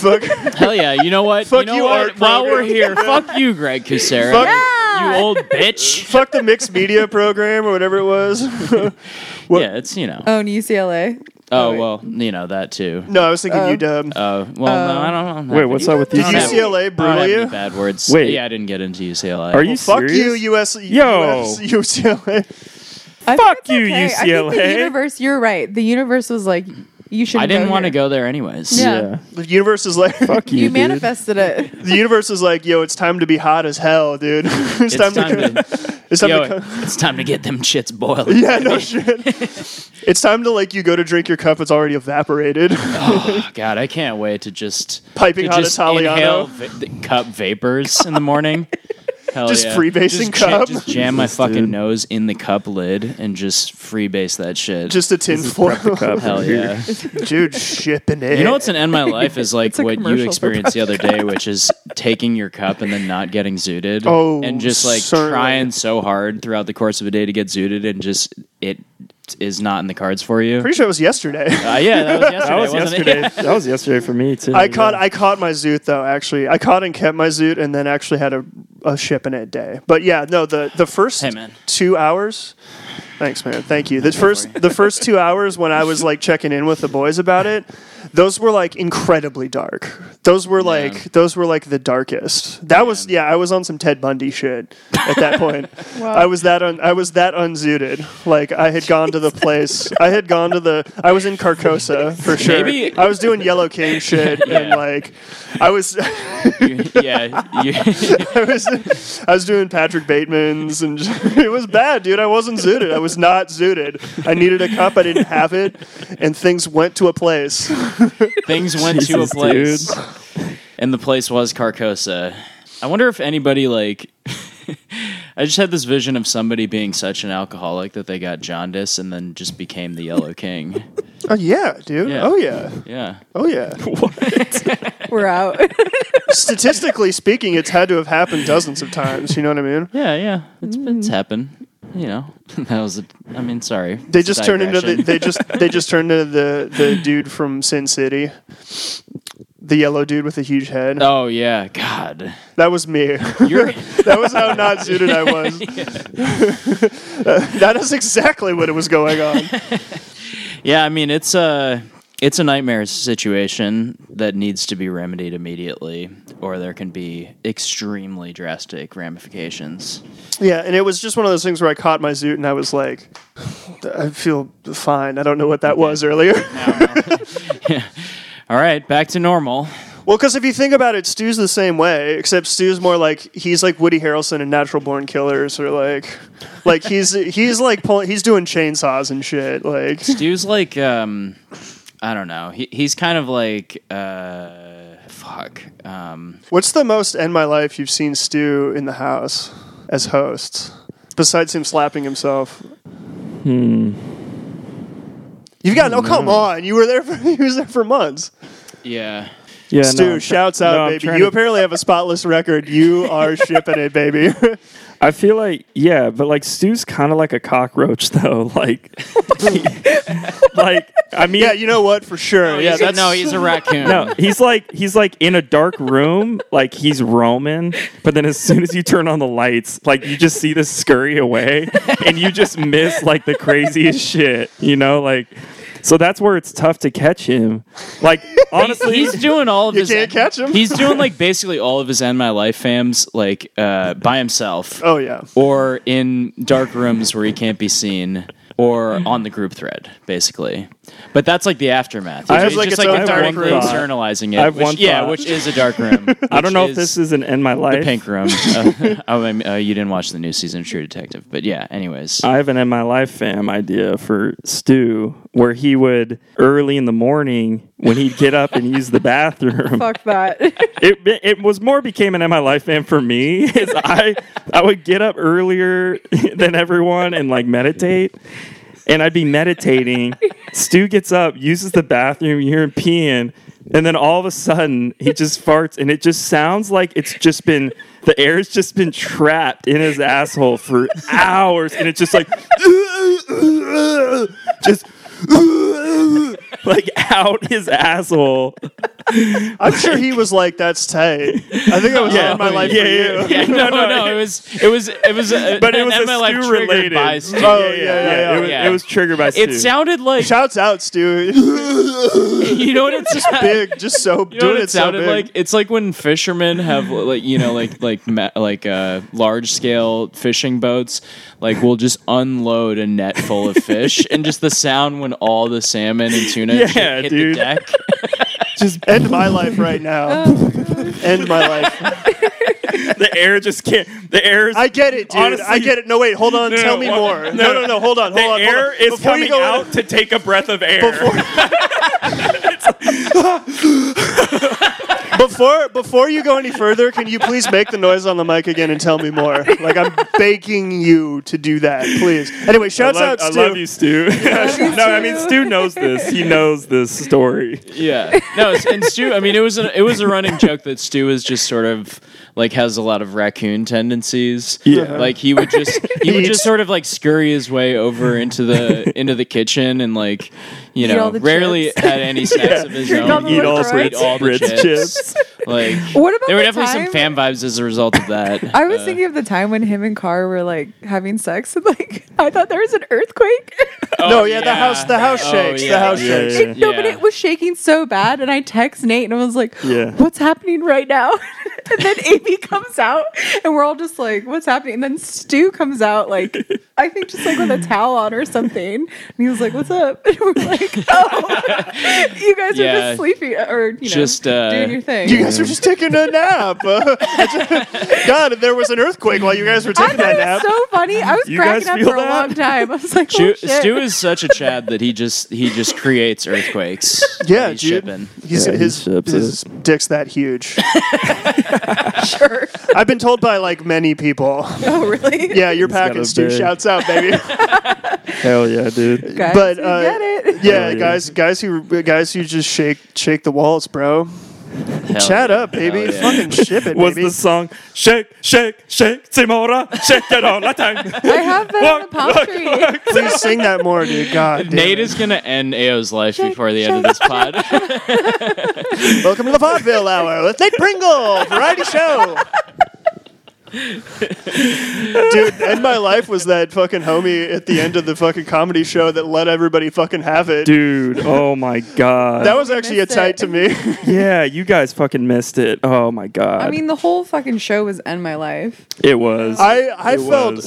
Speaker 2: [laughs] fuck,
Speaker 4: Hell yeah! You know what?
Speaker 2: Fuck
Speaker 4: you know
Speaker 2: you,
Speaker 4: what?
Speaker 2: art
Speaker 4: While we're
Speaker 2: program.
Speaker 4: here, fuck you, Greg Kucera.
Speaker 2: Fuck-
Speaker 3: Yeah.
Speaker 4: You old bitch.
Speaker 2: fuck the mixed media program or whatever it was. [laughs]
Speaker 4: yeah, it's you know.
Speaker 3: Oh, and UCLA.
Speaker 4: oh
Speaker 3: wait.
Speaker 4: well, you know that too.
Speaker 2: no, I was
Speaker 3: Uh,
Speaker 2: thinking UW.
Speaker 4: Oh well,
Speaker 3: Um,
Speaker 4: no, I don't. know.
Speaker 1: Wait, what's up with
Speaker 2: Did
Speaker 1: these?
Speaker 4: don't have-
Speaker 2: UCLA
Speaker 4: I don't
Speaker 2: brutal
Speaker 4: have
Speaker 2: you?
Speaker 4: any bad words.
Speaker 1: Wait.
Speaker 4: yeah, I didn't get into UCLA.
Speaker 1: Are you
Speaker 2: Fuck you,
Speaker 1: serious?
Speaker 2: US,
Speaker 1: Yo.
Speaker 2: [laughs] US UCLA.
Speaker 3: I think
Speaker 1: Fuck
Speaker 3: it's
Speaker 1: you,
Speaker 3: okay. I think the
Speaker 1: UCLA.
Speaker 3: universe. You're right. The universe was like, you should.
Speaker 4: I didn't
Speaker 3: want
Speaker 4: want to go there anyways.
Speaker 3: Yeah.
Speaker 2: The universe is like [laughs]
Speaker 1: Fuck you.
Speaker 3: You
Speaker 1: dude. [laughs]
Speaker 3: manifested it.
Speaker 2: the universe is like, yo, it's time to be hot as hell, dude. [laughs] it's,
Speaker 4: It's
Speaker 2: time,
Speaker 4: time
Speaker 2: to,
Speaker 4: to,
Speaker 2: it's time
Speaker 4: yo,
Speaker 2: to come.
Speaker 4: it's time to get them shits
Speaker 2: [laughs]
Speaker 4: boiling.
Speaker 2: Yeah, no shit. it's time to like you go to drink your cup. It's already evaporated. [laughs]
Speaker 4: Oh, God, I can't wait to just
Speaker 2: Piping
Speaker 4: to
Speaker 2: hot
Speaker 4: just
Speaker 2: Italiano.
Speaker 4: inhale va- th- cup vapors in
Speaker 2: [laughs]
Speaker 4: the morning. Hell
Speaker 2: Just
Speaker 4: yeah.
Speaker 2: freebasing
Speaker 4: Just ja-
Speaker 2: cup.
Speaker 4: just jam my fucking nose in the cup lid and just freebase that shit.
Speaker 2: Just a tin foil,
Speaker 1: Cup
Speaker 4: hell
Speaker 1: here.
Speaker 4: yeah.
Speaker 2: [laughs] dude. Shipping it.
Speaker 4: You know what's an end my life is like
Speaker 3: a
Speaker 4: what you
Speaker 3: commercial for
Speaker 4: experienced the other day, which is taking your cup and then not getting zooted.
Speaker 2: Oh,
Speaker 4: and just like
Speaker 2: certainly.
Speaker 4: trying so hard throughout the course of a day to get zooted and just it is not in the cards for you.
Speaker 2: Pretty sure it was yesterday.
Speaker 4: Uh, yeah, that was yesterday.
Speaker 1: That was
Speaker 4: wasn't it?
Speaker 1: yesterday. That was yesterday for me too.
Speaker 2: I caught
Speaker 1: Yeah.
Speaker 2: I caught my zoot though actually I caught and kept my zoot and then actually had a, a ship in it day but yeah no the the first
Speaker 4: Hey, man.
Speaker 2: two hours thanks man thank you the first the first two hours when I was like checking in with the boys about it those were like incredibly dark those were like those were like the darkest that was yeah I was on some Ted Bundy shit at that
Speaker 4: [laughs]
Speaker 2: point I was that un, I was that unzooted like I had gone to the [laughs] place I had gone to the I was in Carcosa for sure
Speaker 4: Maybe-
Speaker 2: I was doing Yellow
Speaker 4: [laughs]
Speaker 2: King shit, and like, I was, [laughs] I
Speaker 4: You- [laughs] yeah, you- [laughs]
Speaker 2: was, I was doing Patrick Bateman's, and [laughs] it was bad, dude. I wasn't zooted. I was not zooted. I needed a cup. I didn't have it, and things went to a place.
Speaker 4: things went to a
Speaker 1: Jesus,
Speaker 4: place,
Speaker 1: dude.
Speaker 4: and the place was Carcosa. I wonder if anybody like. [laughs] I just had this vision of somebody being such an alcoholic that they got jaundice and then just became the Yellow King.
Speaker 2: Oh yeah, dude.
Speaker 4: Yeah.
Speaker 2: Oh yeah.
Speaker 4: Yeah.
Speaker 2: Oh yeah.
Speaker 3: We're out.
Speaker 2: [laughs] Statistically speaking, it's had to have happened dozens of times. You know what I mean?
Speaker 4: Yeah, yeah. Mm-hmm. It's it's happened. You know, [laughs] that was. A, I mean, sorry.
Speaker 2: They
Speaker 4: It's a
Speaker 2: just turned into the,
Speaker 4: digression.
Speaker 2: they just they
Speaker 4: [laughs]
Speaker 2: just turned into the the dude from Sin City, the yellow dude with the huge head.
Speaker 4: Oh yeah, God.
Speaker 2: That was me. [laughs]
Speaker 4: You're-
Speaker 2: that was how not suited I
Speaker 4: [laughs]
Speaker 2: was. [laughs] Uh, that is exactly what it was going
Speaker 4: [laughs]
Speaker 2: on.
Speaker 4: Yeah, I mean it's a it's a nightmare situation that needs to be remedied immediately, or there can be extremely drastic ramifications.
Speaker 2: Yeah, and it was just one of those things where I caught my zoot and I was like, I feel fine. I don't know what that was earlier.
Speaker 4: All right, back to normal.
Speaker 2: well, because if you think about it, Stu's the same way, except Stu's more like he's like Woody Harrelson in Natural Born Killers, or like, like he's he's like pulling, he's doing chainsaws and shit. Like,
Speaker 4: Dude's like, um, I don't know. He he's kind of like, uh, fuck. Um,
Speaker 2: what's the most end my life you've seen Stu in the house as hosts, besides him slapping himself
Speaker 1: Hmm.
Speaker 2: You've got no. Come on, you were there. For, [laughs] he was there for months.
Speaker 4: yeah.
Speaker 1: Yeah, no,
Speaker 2: Stu,
Speaker 1: I'm try-
Speaker 2: shouts
Speaker 1: no,
Speaker 2: out,
Speaker 1: I'm
Speaker 2: baby.
Speaker 1: trying
Speaker 2: You
Speaker 1: to-
Speaker 2: apparently have a spotless record. You are shipping it, baby. [laughs]
Speaker 1: I feel like yeah, but like Stu's kind of like a cockroach [laughs] though. Like, [laughs] like I mean,
Speaker 2: yeah, you know what? For sure. yeah,
Speaker 4: He's a-
Speaker 2: that's
Speaker 4: no, he's a raccoon.
Speaker 1: no, he's like he's like in a dark room, like he's roaming. But then as soon as you turn on the lights, like you just see this scurry away, and you just miss like the craziest shit. You know, like so that's where it's tough to catch him. Like honestly,
Speaker 4: he's doing all of
Speaker 2: you
Speaker 4: his.
Speaker 2: can't catch him.
Speaker 4: He's
Speaker 1: [laughs]
Speaker 4: doing like basically all of his end my life fams like uh, by himself
Speaker 2: oh yeah.
Speaker 4: or in dark rooms where he can't be seen
Speaker 1: Mm-hmm.
Speaker 4: or on the group thread, basically. But that's like the aftermath.
Speaker 1: I have,
Speaker 4: it's
Speaker 1: like,
Speaker 4: just
Speaker 2: its
Speaker 4: like
Speaker 2: own
Speaker 4: a
Speaker 2: dark
Speaker 4: dark
Speaker 2: one
Speaker 4: room
Speaker 1: thought.
Speaker 4: externalizing it.
Speaker 1: I have
Speaker 4: which-
Speaker 1: one
Speaker 4: yeah,
Speaker 1: thought.
Speaker 4: which is a dark room.
Speaker 1: [laughs] I don't
Speaker 4: which
Speaker 1: know if this is an end my life.
Speaker 4: the pink
Speaker 1: [laughs]
Speaker 4: room. Uh, oh, I mean, uh, you didn't watch the new season of True Detective, but yeah. Anyways, [laughs]
Speaker 1: I have an in my life fam idea for Stu, where he would early in the morning when he'd get up and use the bathroom.
Speaker 3: [laughs] Fuck that.
Speaker 1: It it was more became an in my life fam for me. [laughs] Is I I would get up earlier [laughs] than everyone and like meditate. And I'd be meditating. Stu gets up, uses the bathroom, you hear him peeing, and then all of a sudden he just farts, and it just sounds like it's just been the air's just been trapped in his asshole for hours, and it's just like [laughs] just [laughs] like out his asshole.
Speaker 2: I'm sure he was like, "That's tight." I think I was
Speaker 1: Yeah.
Speaker 2: in my life
Speaker 1: Yeah,
Speaker 2: for
Speaker 1: yeah,
Speaker 2: you.
Speaker 1: yeah.
Speaker 4: no, no, no. It was, it was, it was. uh,
Speaker 1: [laughs] but it was
Speaker 4: an
Speaker 1: a
Speaker 4: MLF
Speaker 1: stew
Speaker 4: triggered
Speaker 1: related.
Speaker 4: by Stu.
Speaker 2: Oh, yeah, yeah, yeah.
Speaker 1: It, was,
Speaker 4: Yeah.
Speaker 1: it was triggered by stew.
Speaker 4: It sounded like
Speaker 2: Shouts
Speaker 1: [laughs]
Speaker 2: out, Stu.
Speaker 4: [laughs] you know what it's just
Speaker 2: big, just so
Speaker 4: You know
Speaker 2: doing
Speaker 4: what
Speaker 2: it
Speaker 4: it
Speaker 2: so
Speaker 4: sounded
Speaker 2: big.
Speaker 4: like? It's like when fishermen have like you know like like ma- like uh, large scale fishing boats like will just unload a net full of fish and just the sound when all the salmon and tuna and shit
Speaker 1: Yeah,
Speaker 4: hit
Speaker 1: dude.
Speaker 4: the deck.
Speaker 1: just
Speaker 2: End my life right
Speaker 1: [laughs]
Speaker 2: now. End my life.
Speaker 1: the air just can't. The air. Is,
Speaker 2: I get it, dude.
Speaker 1: Honestly-
Speaker 2: I get it. No, wait, hold on.
Speaker 1: No,
Speaker 2: Tell
Speaker 1: no,
Speaker 2: me
Speaker 1: what-
Speaker 2: more.
Speaker 1: no,
Speaker 2: No, no, no. Hold on. Hold
Speaker 1: the
Speaker 2: on. hold
Speaker 1: air
Speaker 2: on.
Speaker 1: is
Speaker 2: Before
Speaker 1: coming
Speaker 2: you go in-
Speaker 1: out to take a breath of air.
Speaker 2: Before before you go any further, can you please make the noise on the mic again and tell me more?
Speaker 1: [laughs]
Speaker 2: Like I'm begging you to do that, please. Anyway,
Speaker 1: I,
Speaker 2: shouts
Speaker 1: love,
Speaker 2: out
Speaker 1: I
Speaker 2: Stu.
Speaker 1: love you, Stu. no, I mean Stu knows this. He knows this [laughs] story.
Speaker 4: Yeah, no, it's- and Stu. I mean, it was a, it was a running joke that Stu is just sort of like has a lot of raccoon tendencies.
Speaker 1: Yeah.
Speaker 4: like he
Speaker 2: [laughs]
Speaker 4: would just he would
Speaker 2: He
Speaker 4: just
Speaker 2: Uh-huh. eats-
Speaker 4: sort of like scurry his way over into the into the kitchen and like you
Speaker 3: Eat all
Speaker 4: know
Speaker 3: the
Speaker 4: rarely
Speaker 3: chips.
Speaker 4: had
Speaker 2: [laughs]
Speaker 4: any sense of his
Speaker 3: Drink all
Speaker 4: own.
Speaker 3: the Eat all Ritz-
Speaker 4: Eat all the
Speaker 1: Ritz
Speaker 4: chips.
Speaker 1: chips.
Speaker 3: [laughs]
Speaker 4: Like
Speaker 3: What about
Speaker 4: there were
Speaker 3: the
Speaker 4: definitely
Speaker 3: time?
Speaker 4: some fan vibes as a result of that.
Speaker 3: I was
Speaker 4: Uh,
Speaker 3: thinking of the time when him and Carr were like having sex and like [laughs] I thought there was an earthquake. [laughs]
Speaker 4: oh,
Speaker 2: No, yeah, the house- the house
Speaker 4: Oh,
Speaker 2: shakes, the
Speaker 4: yeah.
Speaker 2: house
Speaker 1: Yeah, shakes. yeah.
Speaker 3: No, but it was shaking so bad and I text Nate and I was like,
Speaker 1: Yeah.
Speaker 3: What's happening right now? [laughs] and then Amy comes out and we're all just like, What's happening? And then Stu comes
Speaker 1: [laughs]
Speaker 3: out like I think just like with a towel on or something. And he was like, What's up? [laughs] And we're like, Oh [laughs] you guys
Speaker 4: Yeah.
Speaker 3: are just sleeping or you know
Speaker 4: Just, uh,
Speaker 3: doing your thing.
Speaker 2: You guys were just taking a
Speaker 3: [laughs]
Speaker 2: nap. [laughs] God, if there was an earthquake while you guys were
Speaker 3: I
Speaker 2: taking
Speaker 3: thought
Speaker 2: that
Speaker 3: it was
Speaker 2: nap.
Speaker 3: so funny. I was
Speaker 1: You guys
Speaker 3: cracking up
Speaker 1: feel
Speaker 3: for a
Speaker 1: that?
Speaker 3: long time. I was like, oh,
Speaker 4: Stu,
Speaker 3: shit.
Speaker 4: Stu is such a Chad that he just he just creates earthquakes.
Speaker 2: yeah,
Speaker 4: he's
Speaker 2: dude.
Speaker 4: shipping.
Speaker 2: He's,
Speaker 1: Yeah, he
Speaker 2: his
Speaker 1: ships
Speaker 2: his dick's that huge.
Speaker 3: [laughs] sure.
Speaker 2: I've been told by like many people.
Speaker 3: [laughs] Oh, really?
Speaker 2: Yeah, you're
Speaker 1: He's got
Speaker 2: packing
Speaker 1: a
Speaker 2: Stu.
Speaker 1: big- Oh,
Speaker 2: Shouts
Speaker 1: [laughs]
Speaker 2: out, baby.
Speaker 1: Hell yeah, dude.
Speaker 3: Guys,
Speaker 2: but,
Speaker 3: we
Speaker 2: uh,
Speaker 3: get
Speaker 1: [laughs]
Speaker 3: it.
Speaker 2: Yeah,
Speaker 1: yeah.
Speaker 2: guys, guys who guys who just shake shake the walls, bro.
Speaker 1: Oh,
Speaker 4: Hell
Speaker 2: Chat
Speaker 4: yeah.
Speaker 2: up, baby.
Speaker 4: Hell yeah.
Speaker 2: Fucking ship
Speaker 1: [laughs] [laughs]
Speaker 2: it,
Speaker 1: Was
Speaker 2: baby.
Speaker 1: the song "Shake, Shake, Shake, Timora, Shake It All the Time"?
Speaker 3: I have that on the
Speaker 1: Look,
Speaker 3: palm
Speaker 1: look,
Speaker 3: tree.
Speaker 2: Please sing that more, dude.
Speaker 1: [laughs]
Speaker 2: God, damn
Speaker 4: Nate
Speaker 2: it.
Speaker 4: is gonna end Ao's life before the end of this pod. [laughs]
Speaker 2: Welcome to the Vaudeville Hour with Nate Pringle, variety show. Dude, End My Life was that fucking homie at the end of the fucking comedy show that let everybody fucking have it.
Speaker 1: Dude, oh my god.
Speaker 2: That was actually a
Speaker 3: missed
Speaker 2: tight
Speaker 1: [laughs]
Speaker 2: to
Speaker 3: it.
Speaker 2: me.
Speaker 1: yeah, you guys fucking missed it. Oh my god.
Speaker 3: I mean, the whole fucking show was end my life.
Speaker 1: it was.
Speaker 2: I, I
Speaker 1: It
Speaker 2: felt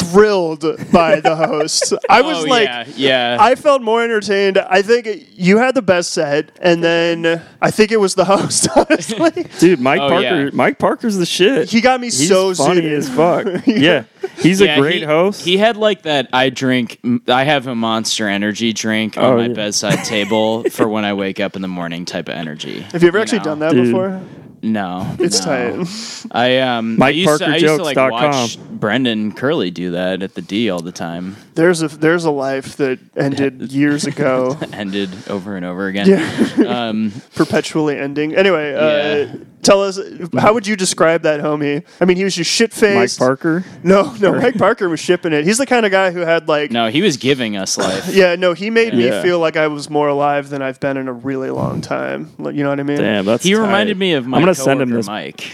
Speaker 2: thrilled by the host.
Speaker 4: [laughs]
Speaker 2: I was
Speaker 4: oh,
Speaker 2: like,
Speaker 4: yeah, yeah.
Speaker 2: I felt more entertained. I think you had the best set, and then I think it was the [laughs] host, honestly.
Speaker 1: Dude, Mike
Speaker 4: Oh,
Speaker 1: Parker.
Speaker 4: yeah.
Speaker 1: Mike Parker's the shit.
Speaker 2: He got me
Speaker 1: He's
Speaker 2: so
Speaker 1: funny
Speaker 2: zooted.
Speaker 1: as fuck. yeah, he's
Speaker 4: Yeah,
Speaker 1: a great
Speaker 4: he-
Speaker 1: host.
Speaker 4: He had like that. I drink. I have a Monster Energy drink on
Speaker 1: Oh,
Speaker 4: my
Speaker 1: yeah.
Speaker 2: [laughs]
Speaker 4: bedside table for when I wake up in the morning. Type of energy.
Speaker 2: Have you ever
Speaker 4: You
Speaker 2: actually
Speaker 4: know.
Speaker 2: done that
Speaker 1: Dude.
Speaker 2: before?
Speaker 4: No,
Speaker 2: It's
Speaker 4: no.
Speaker 2: tight.
Speaker 4: I um. I
Speaker 1: Mike
Speaker 4: used to, I used to like
Speaker 1: ParkerJokes.com.
Speaker 4: watch Brendan Curley do that at the D all the time.
Speaker 2: There's a there's a life that ended years ago,
Speaker 4: Ended over and over again.
Speaker 2: yeah,
Speaker 4: Um,
Speaker 2: perpetually ending. Anyway,
Speaker 4: Yeah.
Speaker 2: uh, tell us how would you describe that homie? I mean, he was just shit
Speaker 1: Mike
Speaker 2: faced.
Speaker 1: Parker.
Speaker 2: No, no, Mike Parker was shipping it. He's the kind of guy who had like.
Speaker 4: no, he was giving
Speaker 2: [laughs]
Speaker 4: us life.
Speaker 2: Yeah, no, he made me
Speaker 1: Yeah.
Speaker 2: feel like I was more alive than I've been in a really long time. Like, You know what I mean?
Speaker 1: Damn, that's.
Speaker 4: He
Speaker 1: tight.
Speaker 4: reminded me of my
Speaker 1: I'm
Speaker 4: coworker
Speaker 1: gonna send him this.
Speaker 4: Mike.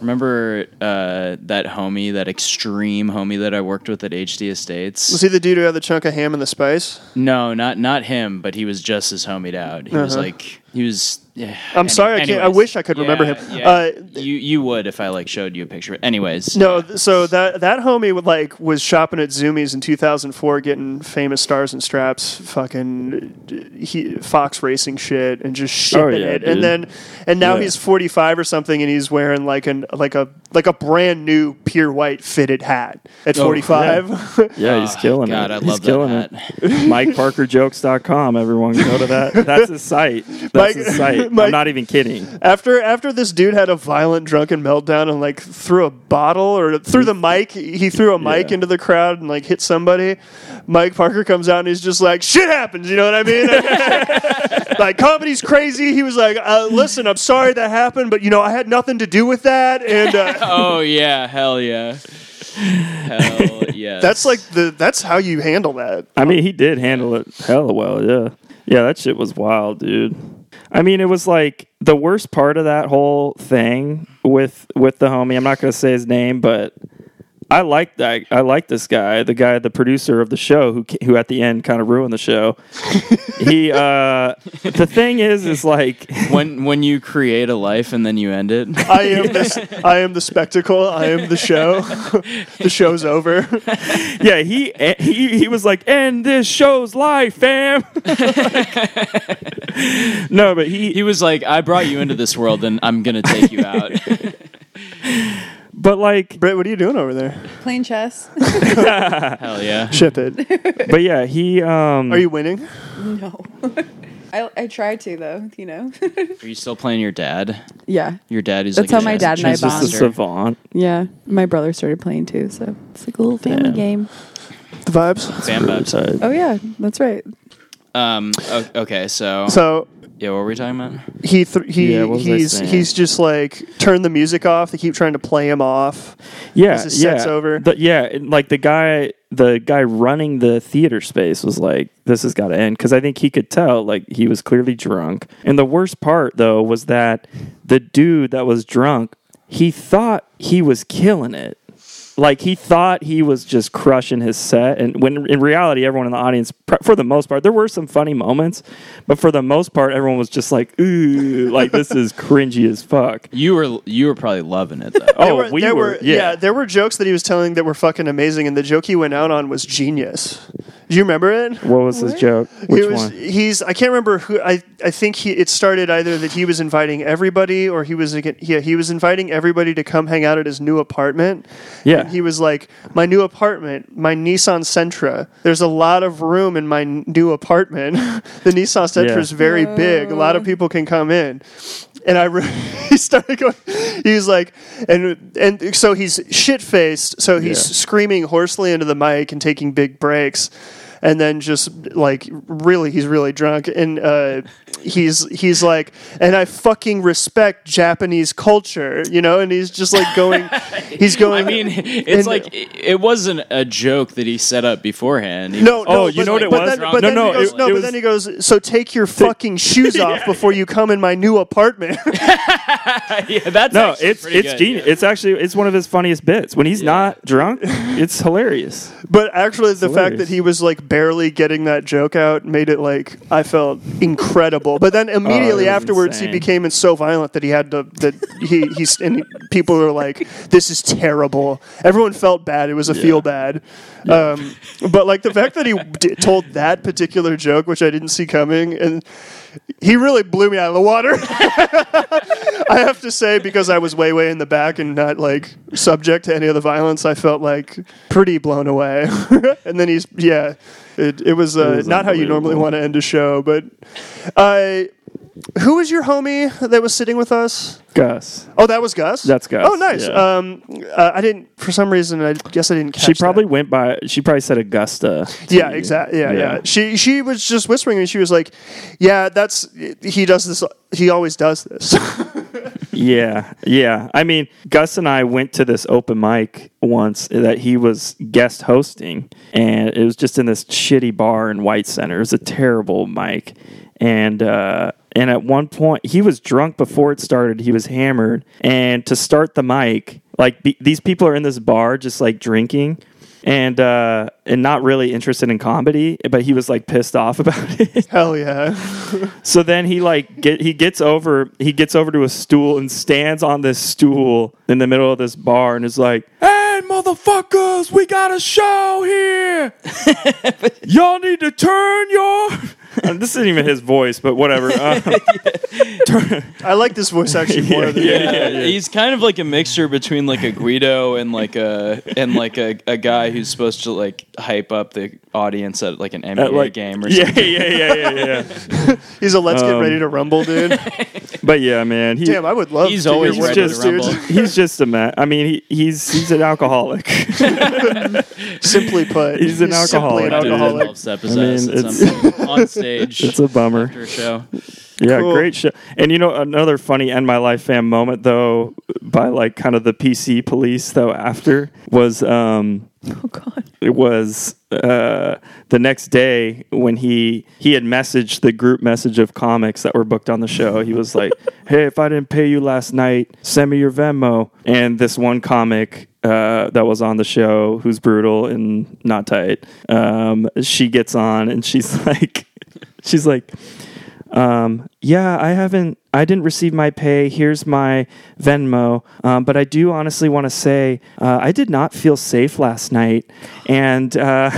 Speaker 4: Remember uh, that homie, that extreme homie that I worked with at HD Estates?
Speaker 2: Was he the dude who had the chunk of ham and the spice?
Speaker 4: No, not not him, but he was just as homied out. He was like He was. Yeah,
Speaker 2: Uh-huh. I'm sorry, I can't- I wish I could remember him. Uh,
Speaker 4: you you would if I like showed you a picture. Anyways,
Speaker 2: No, th- so that that homie would like was shopping at Zoomies in 2004, getting famous stars and straps, fucking d- he, Fox racing shit, and just shipping
Speaker 1: Oh, yeah,
Speaker 2: it.
Speaker 1: dude.
Speaker 2: And then, and now
Speaker 1: Yeah.
Speaker 2: he's 45 or something, and he's wearing like an like a like a brand new pure white fitted hat at
Speaker 4: Oh,
Speaker 2: 45. [laughs]
Speaker 1: Yeah, he's killing
Speaker 4: Ah, God,
Speaker 1: it.
Speaker 4: I
Speaker 1: he's
Speaker 4: love
Speaker 1: killing
Speaker 4: that
Speaker 1: [laughs] it. MikeParkerJokes.com. Everyone go to that. That's his site. That's
Speaker 2: Mike-
Speaker 1: his site.
Speaker 2: Mike-
Speaker 1: I'm not even kidding.
Speaker 2: After after this dude had a violent drunken meltdown and like threw a bottle or threw the mic, he threw a mic
Speaker 1: Yeah.
Speaker 2: into the crowd and like hit somebody. Mike Parker comes out and he's just like, "Shit happens," you know what I mean? [laughs] like comedy's crazy. He was like, uh, "Listen, I'm sorry that happened, but you know I had nothing to do with that." And
Speaker 4: [laughs]
Speaker 2: uh,
Speaker 4: Oh yeah, hell yeah,
Speaker 2: [laughs]
Speaker 4: hell yeah.
Speaker 2: that's like the that's how you handle that.
Speaker 1: I mean, he did handle it hella well. Yeah. Yeah, that shit was wild, dude. I mean, it was like the worst part of that whole thing with with the homie. I'm not going to say his name, but I like that. I like this guy, the guy, the producer of the show, who ca- who at the end kind of ruined the show. he, uh, the thing is, is like [laughs]
Speaker 4: when when you create a life and then you end
Speaker 2: [laughs]
Speaker 4: it.
Speaker 2: I am this. I am the spectacle. I am the show. [laughs] the show's over.
Speaker 1: yeah, he eh, he he was like, "End this show's life, fam." [laughs] no, but he
Speaker 4: He was like, "I brought you into this world, and I'm gonna take you out."
Speaker 1: but like
Speaker 2: Britt, what are you doing over there?
Speaker 3: Playing chess? [laughs]
Speaker 1: [laughs]
Speaker 4: Hell yeah.
Speaker 2: Ship it.
Speaker 1: but yeah, he um
Speaker 2: Are you winning?
Speaker 3: no. [laughs] I, I try to though, you know. [laughs]
Speaker 4: Are you still playing your dad?
Speaker 3: yeah,
Speaker 4: Your dad is.
Speaker 3: That's
Speaker 4: like
Speaker 3: how my
Speaker 4: a
Speaker 3: dad and I
Speaker 1: he's just a
Speaker 3: bond.
Speaker 1: savant.
Speaker 3: yeah. My brother started playing too, so it's like a little family game.
Speaker 2: The vibes.
Speaker 4: Bam Babs.
Speaker 1: So,
Speaker 3: Oh yeah, that's right. [laughs]
Speaker 4: Um. o- Okay. So.
Speaker 2: So
Speaker 4: Yeah. What were we talking about?
Speaker 2: he th- he
Speaker 1: Yeah, what was I
Speaker 2: he's
Speaker 1: saying?
Speaker 2: he's just like turn the music off. They keep trying to play him off.
Speaker 1: yeah,
Speaker 2: As his
Speaker 1: yeah,
Speaker 2: set's over.
Speaker 1: The- yeah, and, like the guy, the guy running the theater space was like, "This has got to end," because I think he could tell, like he was clearly drunk. And the worst part though was that the dude that was drunk, he thought he was killing it. like he thought he was just crushing his set and when in reality everyone in the audience pr- for the most part there were some funny moments but for the most part everyone was just like ooh like this is cringy as fuck
Speaker 4: You were you were probably loving
Speaker 1: [laughs]
Speaker 4: it though.
Speaker 1: oh we
Speaker 2: there
Speaker 1: were, yeah,
Speaker 2: there were jokes that he was telling that were fucking amazing, and the joke he went out on was genius. Do you remember it?
Speaker 1: what was his joke which
Speaker 2: it was
Speaker 1: one
Speaker 2: he's I can't remember who I I think he it started either that he was inviting everybody or he was again yeah he was inviting everybody to come hang out at his new apartment
Speaker 1: Yeah.
Speaker 2: and he was like my new apartment my Nissan Sentra there's a lot of room in my n- new apartment [laughs] the Nissan Sentra
Speaker 1: Yeah.
Speaker 2: is very big a lot of people can come in and I re- [laughs] he started going he's like and and so he's shit faced so he's
Speaker 1: Yeah.
Speaker 2: screaming hoarsely into the mic and taking big breaks and then just like really he's really drunk and uh, he's he's like and I fucking respect Japanese culture you know and he's just like
Speaker 1: [laughs]
Speaker 2: going he's
Speaker 4: I
Speaker 1: Oh,
Speaker 2: going
Speaker 4: mean, it's
Speaker 2: and-
Speaker 4: like it, it wasn't a joke that he set up beforehand. He-
Speaker 2: no,
Speaker 1: Oh,
Speaker 2: no,
Speaker 1: you
Speaker 2: but-
Speaker 1: know what it
Speaker 2: but
Speaker 1: was?
Speaker 2: Then,
Speaker 1: No,
Speaker 2: but then
Speaker 1: no,
Speaker 2: he goes,
Speaker 1: it-
Speaker 2: no,
Speaker 1: it
Speaker 2: but
Speaker 1: was-
Speaker 2: then he goes. So take your
Speaker 1: [laughs]
Speaker 2: fucking shoes off before you come in my new apartment.
Speaker 4: [laughs] yeah, that's
Speaker 1: no
Speaker 4: actually
Speaker 1: it's
Speaker 4: pretty
Speaker 1: it's
Speaker 4: good,
Speaker 1: genius
Speaker 4: yeah.
Speaker 1: it's actually it's one of his funniest bits when he's not [laughs] drunk it's hilarious
Speaker 2: But actually, the fact
Speaker 1: hilarious.
Speaker 2: that he was like barely getting that joke out made it like I felt incredible. But then immediately
Speaker 1: Oh, was
Speaker 2: afterwards,
Speaker 1: insane.
Speaker 2: he became so violent that he had to that he he's and people were like, "This is terrible." Everyone felt bad. It was a feel bad. Um, but like the fact that he d- told that particular joke, which I didn't see coming, and he really blew me out of the water. [laughs] I have to say, because I was way, way in the back and not like subject to any of the violence, I felt like pretty blown away. [laughs] and then he's, yeah, it, it was, uh,
Speaker 1: was
Speaker 2: not how you normally want to end a show, but I. Who was your homie that was sitting with us?
Speaker 1: gus
Speaker 2: Oh, that was Gus.
Speaker 1: That's Gus,
Speaker 2: Oh, nice.
Speaker 1: yeah.
Speaker 2: Um, uh, I didn't for some reason. I guess I didn't. Catch
Speaker 1: she probably
Speaker 2: that.
Speaker 1: went by she probably said augusta to
Speaker 2: Yeah,
Speaker 1: you.
Speaker 2: exactly. Yeah, yeah,
Speaker 1: Yeah.
Speaker 2: She she was just whispering, and she was like, "Yeah, that's he does this. He always does this." [laughs]
Speaker 1: Yeah, yeah. I mean, Gus and I went to this open mic once that he was guest hosting, and it was just in this shitty bar in White Center. It was a terrible mic, and uh, and at one point he was drunk before it started. He was hammered, and to start the mic, like be- these people are in this bar just like drinking. and uh, and not really interested in comedy, but he was like pissed off [laughs] about it.
Speaker 2: Hell yeah.
Speaker 1: So then he like get he gets over he gets over to a stool and stands on this stool in the middle of this bar and is like, "Hey motherfuckers, we got a show
Speaker 7: [laughs]
Speaker 1: here. Y'all need to turn your." [laughs] And this isn't even his voice,
Speaker 7: [laughs]
Speaker 1: but whatever. Uh,
Speaker 2: I like this voice actually more
Speaker 1: [laughs]
Speaker 2: than
Speaker 1: yeah,
Speaker 7: Yeah, he's kind of like a mixture between like a Guido and like a and like a, a guy who's supposed to like hype up the audience at like an NBA
Speaker 1: at, like-
Speaker 7: game or
Speaker 1: yeah,
Speaker 7: something.
Speaker 1: yeah, yeah, yeah, yeah.
Speaker 2: he's a let's get
Speaker 1: Um,
Speaker 2: ready to rumble,
Speaker 1: [laughs]
Speaker 2: dude.
Speaker 1: But yeah, man, he,
Speaker 2: Damn, I would love
Speaker 4: He's
Speaker 2: to hear
Speaker 4: always
Speaker 2: what
Speaker 4: ready to
Speaker 2: this dude's- [laughs]
Speaker 4: rumble.
Speaker 1: [laughs] he's just a man. I mean, he, he's he's
Speaker 7: [laughs]
Speaker 1: an alcoholic.
Speaker 2: Simply put,
Speaker 1: He's [laughs] an
Speaker 2: simply
Speaker 1: alcoholic,
Speaker 2: an
Speaker 1: dude.
Speaker 2: alcoholic.
Speaker 4: Loves to possess
Speaker 1: I
Speaker 4: at
Speaker 1: mean,
Speaker 4: some point on stage
Speaker 1: [laughs] it's a bummer.
Speaker 4: after a show.
Speaker 1: Yeah,
Speaker 2: Cool.
Speaker 1: great show. And you know, another funny end my life fam moment though, by like kind of the PC police though after was um
Speaker 3: Oh god.
Speaker 1: it was uh the next day when he he had messaged the group message of comics that were booked on the show. He was like, [laughs] Hey, if I didn't pay you last night, send me your Venmo. And this one comic uh, that was on the show, who's brutal and not tight. Um, she gets on and she's [laughs] like, she's like, um, yeah, I haven't, I didn't receive my pay. Here's my Venmo. Um, but I do honestly want to say, uh, I did not feel safe last night. And, uh,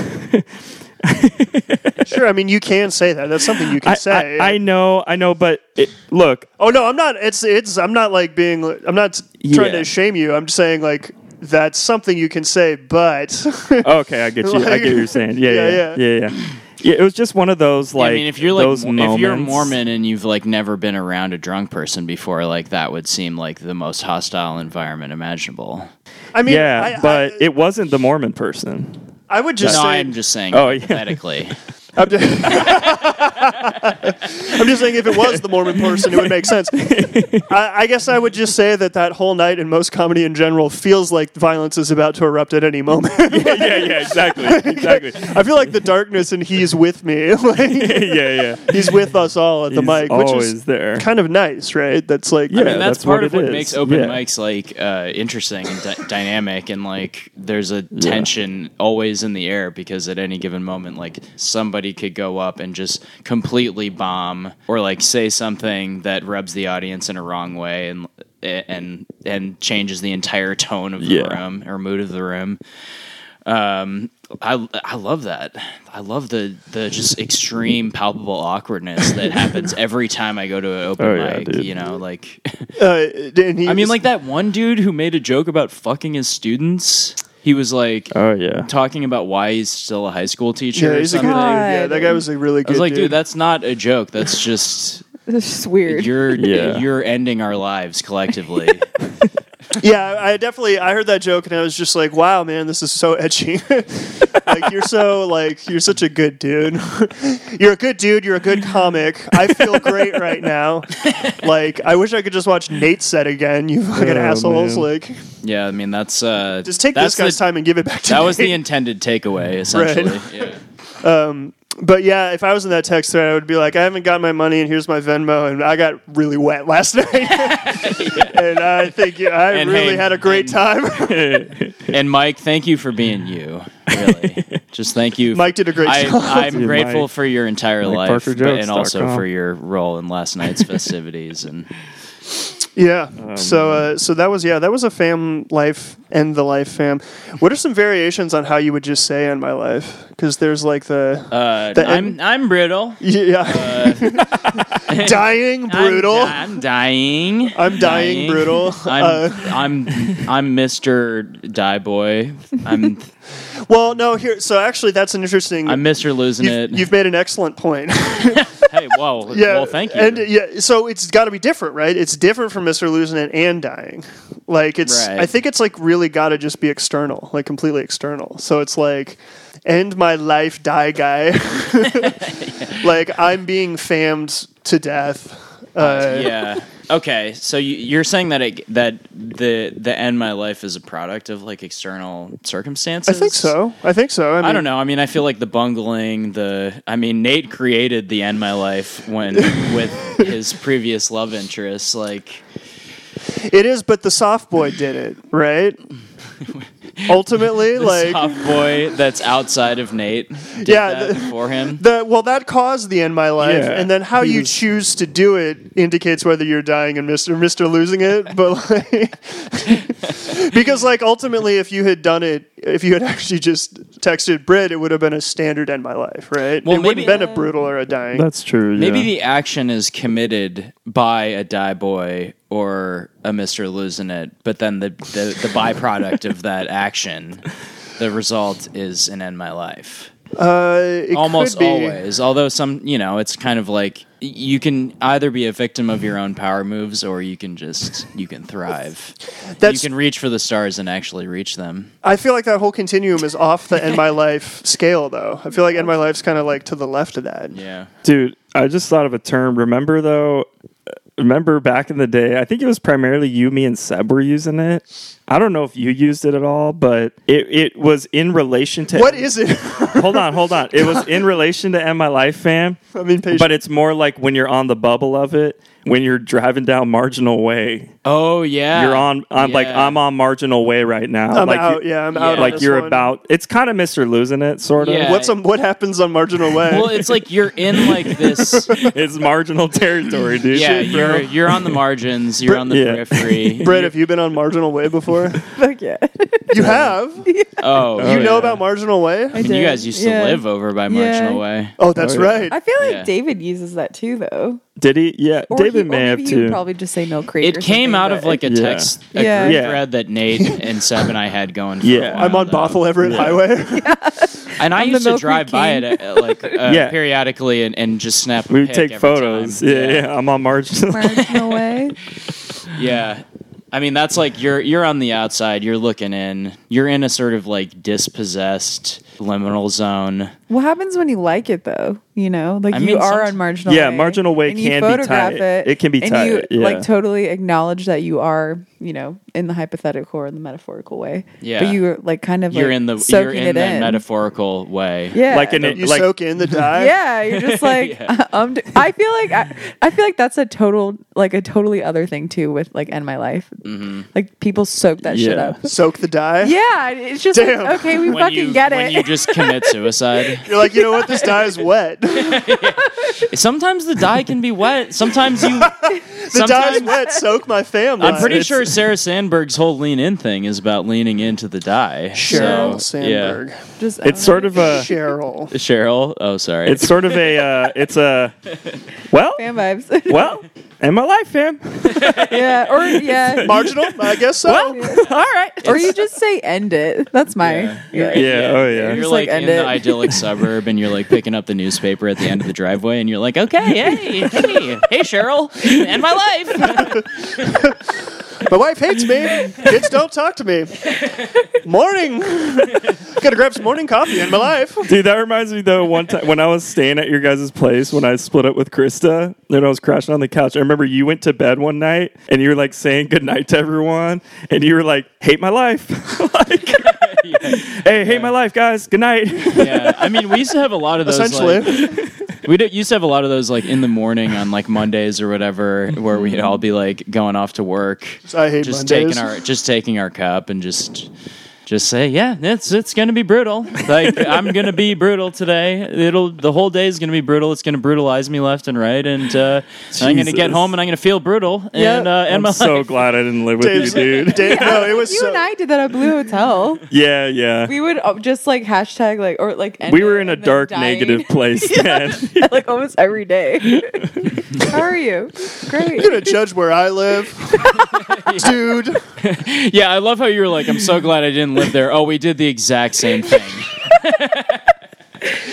Speaker 2: Sure, I mean you can say that. That's something you
Speaker 1: [laughs]
Speaker 2: can
Speaker 1: I,
Speaker 2: say.
Speaker 1: I, I know, I know, but it, look,
Speaker 2: oh no, I'm not. It's it's. I'm not like being. I'm not trying
Speaker 1: Yeah.
Speaker 2: to shame you. I'm just saying like that's something you can say. But
Speaker 1: okay, I get you. I get what you're saying. Yeah, yeah,
Speaker 2: [laughs] Yeah,
Speaker 1: yeah, yeah. yeah, it was just one of those like.
Speaker 4: I mean, if you're like
Speaker 1: those
Speaker 4: if you're a
Speaker 1: moments-
Speaker 4: Mormon and you've like never been around a drunk person before, like that would seem like the most hostile environment imaginable.
Speaker 2: [laughs] I mean,
Speaker 1: yeah,
Speaker 2: I-
Speaker 1: but
Speaker 2: I,
Speaker 1: it wasn't the Mormon
Speaker 2: [laughs]
Speaker 1: person.
Speaker 2: I would just
Speaker 4: no,
Speaker 2: say.
Speaker 4: I'm just saying
Speaker 1: Oh, yeah.
Speaker 4: hypothetically.
Speaker 1: [laughs]
Speaker 2: I'm just, [laughs] I'm just saying, if it was the Mormon person, it would make sense. I, I guess I would just say that that whole night and most comedy in general feels like violence is about to erupt at any moment. [laughs]
Speaker 1: yeah, yeah, yeah, exactly, exactly.
Speaker 2: I feel like the darkness and he's with me. [laughs] Like,
Speaker 1: yeah, yeah.
Speaker 2: he's with us all at the
Speaker 1: He's
Speaker 2: mic, which
Speaker 1: always
Speaker 2: is
Speaker 1: there.
Speaker 2: kind of nice, right? That's like,
Speaker 1: Yeah.
Speaker 4: And that's,
Speaker 1: that's
Speaker 4: part
Speaker 1: what
Speaker 4: of
Speaker 1: it
Speaker 4: what
Speaker 1: is.
Speaker 4: makes open
Speaker 1: Yeah.
Speaker 4: mics like uh, interesting and dy- dynamic, and like there's a tension always in the air because at any given moment, like somebody could go up and just completely bomb or like say something that rubs the audience in a wrong way and and and changes the entire tone of the
Speaker 1: Yeah.
Speaker 4: room or mood of the room. Um, I I love that. I love the the just extreme palpable awkwardness that
Speaker 1: [laughs]
Speaker 4: happens every time I go to an open
Speaker 1: Oh, yeah,
Speaker 4: mic.
Speaker 1: dude.
Speaker 4: you know, like
Speaker 2: uh, and he
Speaker 4: I mean,
Speaker 2: was-
Speaker 4: like that one dude who made a joke about fucking his students. He was like
Speaker 1: Oh yeah.
Speaker 4: talking about why he's still a high school teacher.
Speaker 2: yeah,
Speaker 4: or
Speaker 2: he's a good
Speaker 4: something.
Speaker 2: dude. Yeah,
Speaker 3: God.
Speaker 2: that guy was a really good.
Speaker 4: I was like, dude, that's not a
Speaker 2: [laughs]
Speaker 4: joke. That's just
Speaker 3: This is just weird.
Speaker 4: you're
Speaker 1: Yeah.
Speaker 4: you're ending our
Speaker 2: [laughs]
Speaker 4: lives collectively.
Speaker 2: Yeah, I I definitely I heard that joke and I was just like, wow, man, this is so edgy. [laughs] like you're so like you're such a good dude. [laughs] you're a good dude. You're a good comic. I feel great right
Speaker 4: [laughs]
Speaker 2: now. Like I wish I could just watch Nate set again. You fucking
Speaker 1: Oh,
Speaker 2: assholes.
Speaker 1: man.
Speaker 2: Like
Speaker 4: yeah, I mean that's uh
Speaker 2: just take
Speaker 4: that's
Speaker 2: this guy's
Speaker 4: the-
Speaker 2: time and give it back to
Speaker 4: That was the
Speaker 2: Nate.
Speaker 4: intended takeaway, essentially.
Speaker 2: [laughs]
Speaker 4: Yeah.
Speaker 2: But yeah, if I was in that text thread, I would be like, I haven't got my money, and here's my Venmo, and I got really wet last [laughs]
Speaker 4: [laughs]
Speaker 2: night, and I think yeah, I
Speaker 4: And
Speaker 2: really
Speaker 4: hey,
Speaker 2: had a great time.
Speaker 4: And Mike, thank you for being you. Really,
Speaker 2: [laughs]
Speaker 4: just thank you.
Speaker 2: Mike did a great
Speaker 4: I,
Speaker 2: job.
Speaker 4: I'm
Speaker 1: Dude,
Speaker 4: grateful
Speaker 1: Mike.
Speaker 4: for your entire life, but,
Speaker 1: MikeParkerJokes.com.
Speaker 4: and also for your role in last night's festivities. And
Speaker 2: Yeah. so uh, so that was yeah that was a fam life and the life fam. What are some variations on how you would just say "end my life"? Because there's like the
Speaker 4: uh,
Speaker 2: The-
Speaker 4: I'm I'm brittle.
Speaker 2: yeah [laughs] dying brutal.
Speaker 4: uh, [laughs] I'm, di- I'm dying.
Speaker 2: [laughs] I'm dying brutal.
Speaker 4: [laughs] I'm
Speaker 2: Uh,
Speaker 4: I'm I'm Mr. Die Boy. I'm
Speaker 2: well, no. Here, so actually, that's an interesting.
Speaker 4: I'm Mr. Losing
Speaker 2: you've,
Speaker 4: It.
Speaker 2: you've made an excellent point.
Speaker 4: [laughs]
Speaker 2: [laughs]
Speaker 4: hey, whoa.
Speaker 2: yeah.
Speaker 4: Well, thank you.
Speaker 2: And yeah, so it's got to be different, right? It's different from Mister Losing It and dying. Like it's.
Speaker 4: Right.
Speaker 2: I think it's like really got to just be external, like completely external. So it's like. End my life, die guy. [laughs] like I'm being fammed to death. Uh,
Speaker 4: yeah. Okay, so you, you're saying that it, that the the end my life is a product of like external circumstances.
Speaker 2: I think so. I think so. I, mean,
Speaker 4: I don't know. I mean, I feel like the bungling, the I mean, Nate created the end my life when with his previous love interest. Like, [laughs]
Speaker 2: It is, but the soft boy did it, right? Ultimately, like
Speaker 4: soft boy that's outside of Nate.
Speaker 1: [laughs]
Speaker 4: Did
Speaker 2: Yeah,
Speaker 4: that
Speaker 2: the-
Speaker 4: for him.
Speaker 2: The, well, that caused the end my life,
Speaker 1: Yeah.
Speaker 2: and then how
Speaker 1: He
Speaker 2: you
Speaker 1: was-
Speaker 2: choose to do it indicates whether you're dying and Mister Mister losing it. [laughs] But like, because like [laughs] ultimately, if you had done it, if you had actually just texted Brit, it would have been a standard end my life, right?
Speaker 4: Well,
Speaker 2: it wouldn't
Speaker 4: maybe-
Speaker 2: have been a brutal or a dying.
Speaker 1: That's true.
Speaker 4: Maybe
Speaker 1: yeah.
Speaker 4: the action is committed by a die boy or a Mister losing it, but then the, the the byproduct
Speaker 1: [laughs]
Speaker 4: of that action, the result is an end my life.
Speaker 2: uh, it
Speaker 4: almost
Speaker 2: could be,
Speaker 4: always. Although some, you know, it's kind of like y- you can either be a victim of your own power moves or you can just you can thrive.
Speaker 2: That's
Speaker 4: you can reach for the stars and actually reach them.
Speaker 2: I feel like that whole continuum is off the
Speaker 4: [laughs]
Speaker 2: end my life scale, though. I feel like end my life's kind of like to the left of that.
Speaker 4: Yeah.
Speaker 1: Dude, I just thought of a term. Remember though, remember back in the day, I think it was primarily you, me, and Seb were using it. I don't know if you used it at all, but it, it was in relation to
Speaker 2: What is it?
Speaker 1: [laughs]
Speaker 2: [laughs]
Speaker 1: hold on, hold on. It was in relation to End My Life fam.
Speaker 2: I'm impatient.
Speaker 1: But it's more like when you're on the bubble of it, when you're driving down marginal way.
Speaker 4: Oh yeah.
Speaker 1: You're on I'm like
Speaker 4: Yeah.
Speaker 1: I'm on marginal way right now.
Speaker 2: I'm
Speaker 1: like
Speaker 2: out.
Speaker 1: you-
Speaker 2: yeah, I'm
Speaker 4: yeah.
Speaker 2: out. on
Speaker 1: like
Speaker 2: this
Speaker 1: you're
Speaker 2: one.
Speaker 1: about it's kind of Mr. losing it sort of.
Speaker 4: Yeah.
Speaker 2: What's on, what happens on marginal way?
Speaker 4: Well, it's like you're in like
Speaker 1: [laughs]
Speaker 4: this
Speaker 1: It's marginal territory, dude.
Speaker 4: Yeah, you're you're on the margins, you're on the
Speaker 1: Yeah. [laughs]
Speaker 4: periphery.
Speaker 2: Brett, have you been on Marginal Way
Speaker 4: [laughs]
Speaker 2: before?
Speaker 3: [laughs] Fuck yeah.
Speaker 2: You have. You
Speaker 4: Oh, you
Speaker 2: know about Marginal Way?
Speaker 3: I
Speaker 4: and you
Speaker 3: did.
Speaker 4: guys used
Speaker 3: Yeah.
Speaker 4: to live over by
Speaker 3: Yeah.
Speaker 4: Marginal Way.
Speaker 2: Oh, that's
Speaker 1: Oh, yeah.
Speaker 2: right.
Speaker 3: [laughs] I feel like
Speaker 4: Yeah.
Speaker 3: David uses that too, though.
Speaker 1: Did he? Yeah.
Speaker 3: Or
Speaker 1: David
Speaker 3: he- or
Speaker 1: may have
Speaker 3: maybe he would
Speaker 1: too.
Speaker 3: probably just say no creek.
Speaker 4: It
Speaker 3: or
Speaker 4: came
Speaker 3: something,
Speaker 4: out of
Speaker 3: but-
Speaker 4: like a
Speaker 1: Yeah.
Speaker 4: text, a
Speaker 3: Yeah.
Speaker 4: group
Speaker 1: Yeah.
Speaker 4: thread
Speaker 1: [laughs]
Speaker 4: that Nate and Seb and I had going. For a
Speaker 1: Yeah.
Speaker 4: while,
Speaker 2: I'm on
Speaker 4: though.
Speaker 2: Bothell Everett Highway.
Speaker 4: And I
Speaker 3: I'm the
Speaker 4: used to
Speaker 3: Milk Creek
Speaker 4: drive by it
Speaker 3: King.
Speaker 4: uh, like uh,
Speaker 1: [laughs] Yeah.
Speaker 4: periodically and, and just snap. a
Speaker 1: We would
Speaker 4: pic
Speaker 1: take
Speaker 4: every time.
Speaker 1: photos. Yeah, yeah, I'm on
Speaker 3: [laughs]
Speaker 1: marginal.
Speaker 3: marginal way.
Speaker 4: yeah, I mean, that's like you're you're on the outside. You're looking in. You're in a sort of like dispossessed liminal zone.
Speaker 3: What happens when you like it though? You know, like
Speaker 4: I
Speaker 3: you
Speaker 4: mean,
Speaker 3: are
Speaker 4: somet-
Speaker 3: on marginal.
Speaker 1: Yeah,
Speaker 3: way,
Speaker 1: marginal way
Speaker 3: and you
Speaker 1: can be
Speaker 3: photograph
Speaker 1: tight.
Speaker 3: It,
Speaker 1: It can be
Speaker 3: and
Speaker 1: tight,
Speaker 3: You,
Speaker 1: yeah.
Speaker 3: Like totally acknowledge that you are, you know, in the hypothetical or in the metaphorical way.
Speaker 4: Yeah.
Speaker 3: but you're like kind of
Speaker 4: You're
Speaker 3: like,
Speaker 4: in the you're
Speaker 3: soaking
Speaker 4: in
Speaker 3: it
Speaker 4: the
Speaker 3: in.
Speaker 4: metaphorical way.
Speaker 3: Yeah,
Speaker 1: Like an
Speaker 2: you
Speaker 1: like
Speaker 2: soak in the dye.
Speaker 3: yeah, you're just like
Speaker 4: Yeah.
Speaker 3: [laughs] um, I feel like I, I feel like that's a total like a totally other thing too with like end my life. Like people soak that shit
Speaker 1: Yeah.
Speaker 3: up.
Speaker 2: Soak the dye.
Speaker 3: [laughs] Yeah, it's just like,
Speaker 2: Damn.
Speaker 3: okay, we
Speaker 4: When
Speaker 3: fucking
Speaker 4: you
Speaker 3: get
Speaker 4: when
Speaker 3: it.
Speaker 4: you just commit suicide,
Speaker 2: You're like, you know what? This dye is wet. the
Speaker 4: sometimes the dye can be wet. Sometimes
Speaker 3: [laughs]
Speaker 4: you.
Speaker 2: dye is
Speaker 4: sometimes,
Speaker 2: wet. Soak my family.
Speaker 4: I'm [laughs] pretty sure Sarah Sandberg's whole lean in thing is about leaning into the dye.
Speaker 2: Cheryl
Speaker 3: So,
Speaker 2: Sandberg.
Speaker 3: [laughs] just um,
Speaker 1: it's sort of
Speaker 4: Uh,
Speaker 1: a
Speaker 2: Cheryl.
Speaker 4: Cheryl. Oh, sorry.
Speaker 1: it's sort of a uh, it's a well
Speaker 3: fan vibes.
Speaker 1: well in my life,
Speaker 4: [laughs]
Speaker 1: fam.
Speaker 3: [laughs] yeah, or
Speaker 2: [laughs]
Speaker 3: yeah,
Speaker 2: Marginal? I guess so.
Speaker 3: [laughs] all right. Or you just say end it. That's my yeah.
Speaker 1: Yeah, oh
Speaker 4: You're
Speaker 1: yeah.
Speaker 3: Just,
Speaker 4: like,
Speaker 3: like,
Speaker 4: in
Speaker 3: end
Speaker 4: the
Speaker 3: it. [laughs]
Speaker 4: idyllic suburb, and you're like picking up the newspaper at the end of the driveway, and you're like, "Okay, hey, hey, hey, Cheryl, and my life."
Speaker 2: My wife hates me. Kids don't talk to me. Morning. [laughs] Gotta grab some morning coffee in my life.
Speaker 1: Dude, that reminds me though. One time when I was staying at your guys' place when I split up with Krista, and I was crashing on the couch. I remember you went to bed one night and you were like saying goodnight to everyone, and you were like, "Hate my life." [laughs]
Speaker 4: [laughs]
Speaker 1: like, hey, hate my life, guys. Good night.
Speaker 4: yeah, I mean, we used to have a lot of those.
Speaker 2: Essentially.
Speaker 4: like- we did, used to have a lot of those, like in the morning on like Mondays or whatever, where we'd all be like going off to work,
Speaker 2: I hate
Speaker 4: just
Speaker 2: Mondays.
Speaker 4: taking our just taking our cup and just. Just say, yeah, it's it's gonna be brutal. Like [laughs] I'm gonna be brutal today. It'll the whole day is gonna be brutal. It's gonna brutalize me left and right, and uh, I'm gonna get
Speaker 1: Jesus.
Speaker 4: home and I'm gonna feel brutal. And
Speaker 2: Yeah.
Speaker 4: uh, and my
Speaker 1: I'm
Speaker 4: [laughs]
Speaker 1: so glad I didn't live with
Speaker 2: Dave's-
Speaker 1: you, dude.
Speaker 2: Dave, no, it was
Speaker 3: You
Speaker 2: so,
Speaker 3: and I did that at Blue Hotel.
Speaker 1: Yeah, yeah.
Speaker 3: We would uh, just like hashtag like or like end
Speaker 1: we
Speaker 3: it
Speaker 1: were in a
Speaker 3: and then
Speaker 1: dark
Speaker 3: dying.
Speaker 1: negative place then.
Speaker 3: [laughs] like almost every day. How are you?
Speaker 2: [laughs]
Speaker 3: Great.
Speaker 2: You're gonna judge where I
Speaker 3: [laughs]
Speaker 2: live, dude.
Speaker 4: Yeah, I love how you were like, I'm so glad I didn't live there. Oh, we did the exact same thing.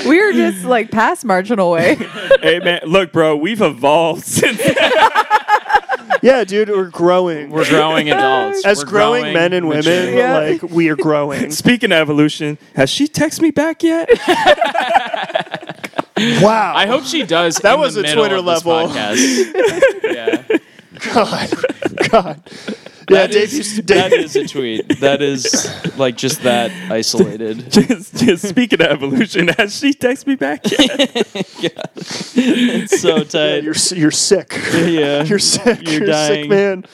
Speaker 3: We were just like past marginal way.
Speaker 1: hey man, look, bro, we've evolved [laughs] since
Speaker 2: Yeah, dude, we're growing.
Speaker 4: [laughs] We're growing adults.
Speaker 2: As
Speaker 4: We're
Speaker 2: growing, men and women,
Speaker 4: mature.
Speaker 3: Yeah.
Speaker 2: like we are
Speaker 3: [laughs]
Speaker 2: growing.
Speaker 1: Speaking of evolution, has she texted me back yet? [laughs]
Speaker 2: wow.
Speaker 4: I hope she does.
Speaker 2: That
Speaker 4: in
Speaker 2: was
Speaker 4: the
Speaker 2: a
Speaker 4: middle
Speaker 2: Twitter [laughs]
Speaker 4: of this
Speaker 2: level.
Speaker 4: [laughs] podcast. yeah.
Speaker 2: God. God. Yeah,
Speaker 4: That
Speaker 2: Dave
Speaker 4: is-
Speaker 2: used to-
Speaker 4: that
Speaker 2: Dave-
Speaker 4: is a tweet. That is like just that isolated.
Speaker 1: just, just speaking of evolution, has she texted me back yet?
Speaker 2: [laughs]
Speaker 4: so tight.
Speaker 2: You're s- you're sick.
Speaker 4: yeah.
Speaker 2: You're sick.
Speaker 4: You're
Speaker 2: You're, a sick,
Speaker 4: dying.
Speaker 2: man.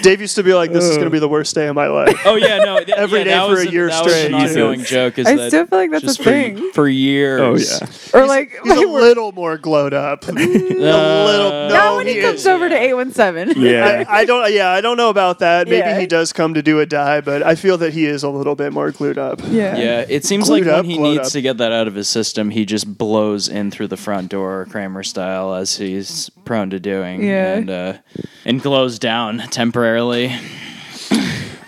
Speaker 2: Dave used to be like, "This is going to be the worst day of my life."
Speaker 3: [laughs]
Speaker 4: Oh yeah, no. Th-
Speaker 2: [laughs] Every
Speaker 4: yeah,
Speaker 2: day
Speaker 4: that
Speaker 2: for
Speaker 4: was
Speaker 2: a year
Speaker 4: that was an
Speaker 2: straight.
Speaker 4: ongoing
Speaker 1: Jesus.
Speaker 4: joke. Is
Speaker 3: I
Speaker 4: that
Speaker 3: still feel like that's
Speaker 4: just
Speaker 3: a
Speaker 4: for,
Speaker 3: thing.
Speaker 4: for years.
Speaker 1: oh yeah,
Speaker 3: or like
Speaker 2: He's a
Speaker 3: [laughs] my work-
Speaker 2: little more glowed
Speaker 3: [laughs]
Speaker 2: up. a
Speaker 4: uh,
Speaker 2: little. No,
Speaker 3: not when he, comes
Speaker 2: is.
Speaker 3: over to eight one seven.
Speaker 1: yeah.
Speaker 2: I, I don't. Yeah, I don't know about that. Maybe
Speaker 3: Yeah.
Speaker 2: he does come to do a die, but I feel that he is a little bit more glued up.
Speaker 3: [laughs] Yeah.
Speaker 4: Yeah, it seems
Speaker 2: Glued
Speaker 4: like when
Speaker 2: up,
Speaker 4: he
Speaker 2: glowed
Speaker 4: needs
Speaker 2: up.
Speaker 4: to get that out of his system, he just blows in through the front door, Kramer style, as he's prone to doing.
Speaker 3: Yeah.
Speaker 4: and uh, and glows down temporarily.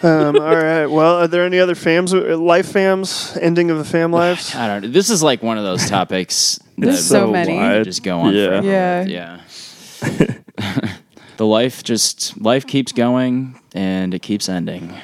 Speaker 2: Um, all right. Well, are there any other fams? uh, Life fams? Ending of the fam lives?
Speaker 8: I don't know. This is like one of
Speaker 2: [laughs]
Speaker 8: those topics that
Speaker 3: There's so many.
Speaker 1: wide.
Speaker 8: just go on
Speaker 1: Yeah.
Speaker 8: forever.
Speaker 3: Yeah.
Speaker 4: [laughs]
Speaker 8: Yeah. the life just life keeps going and it keeps ending.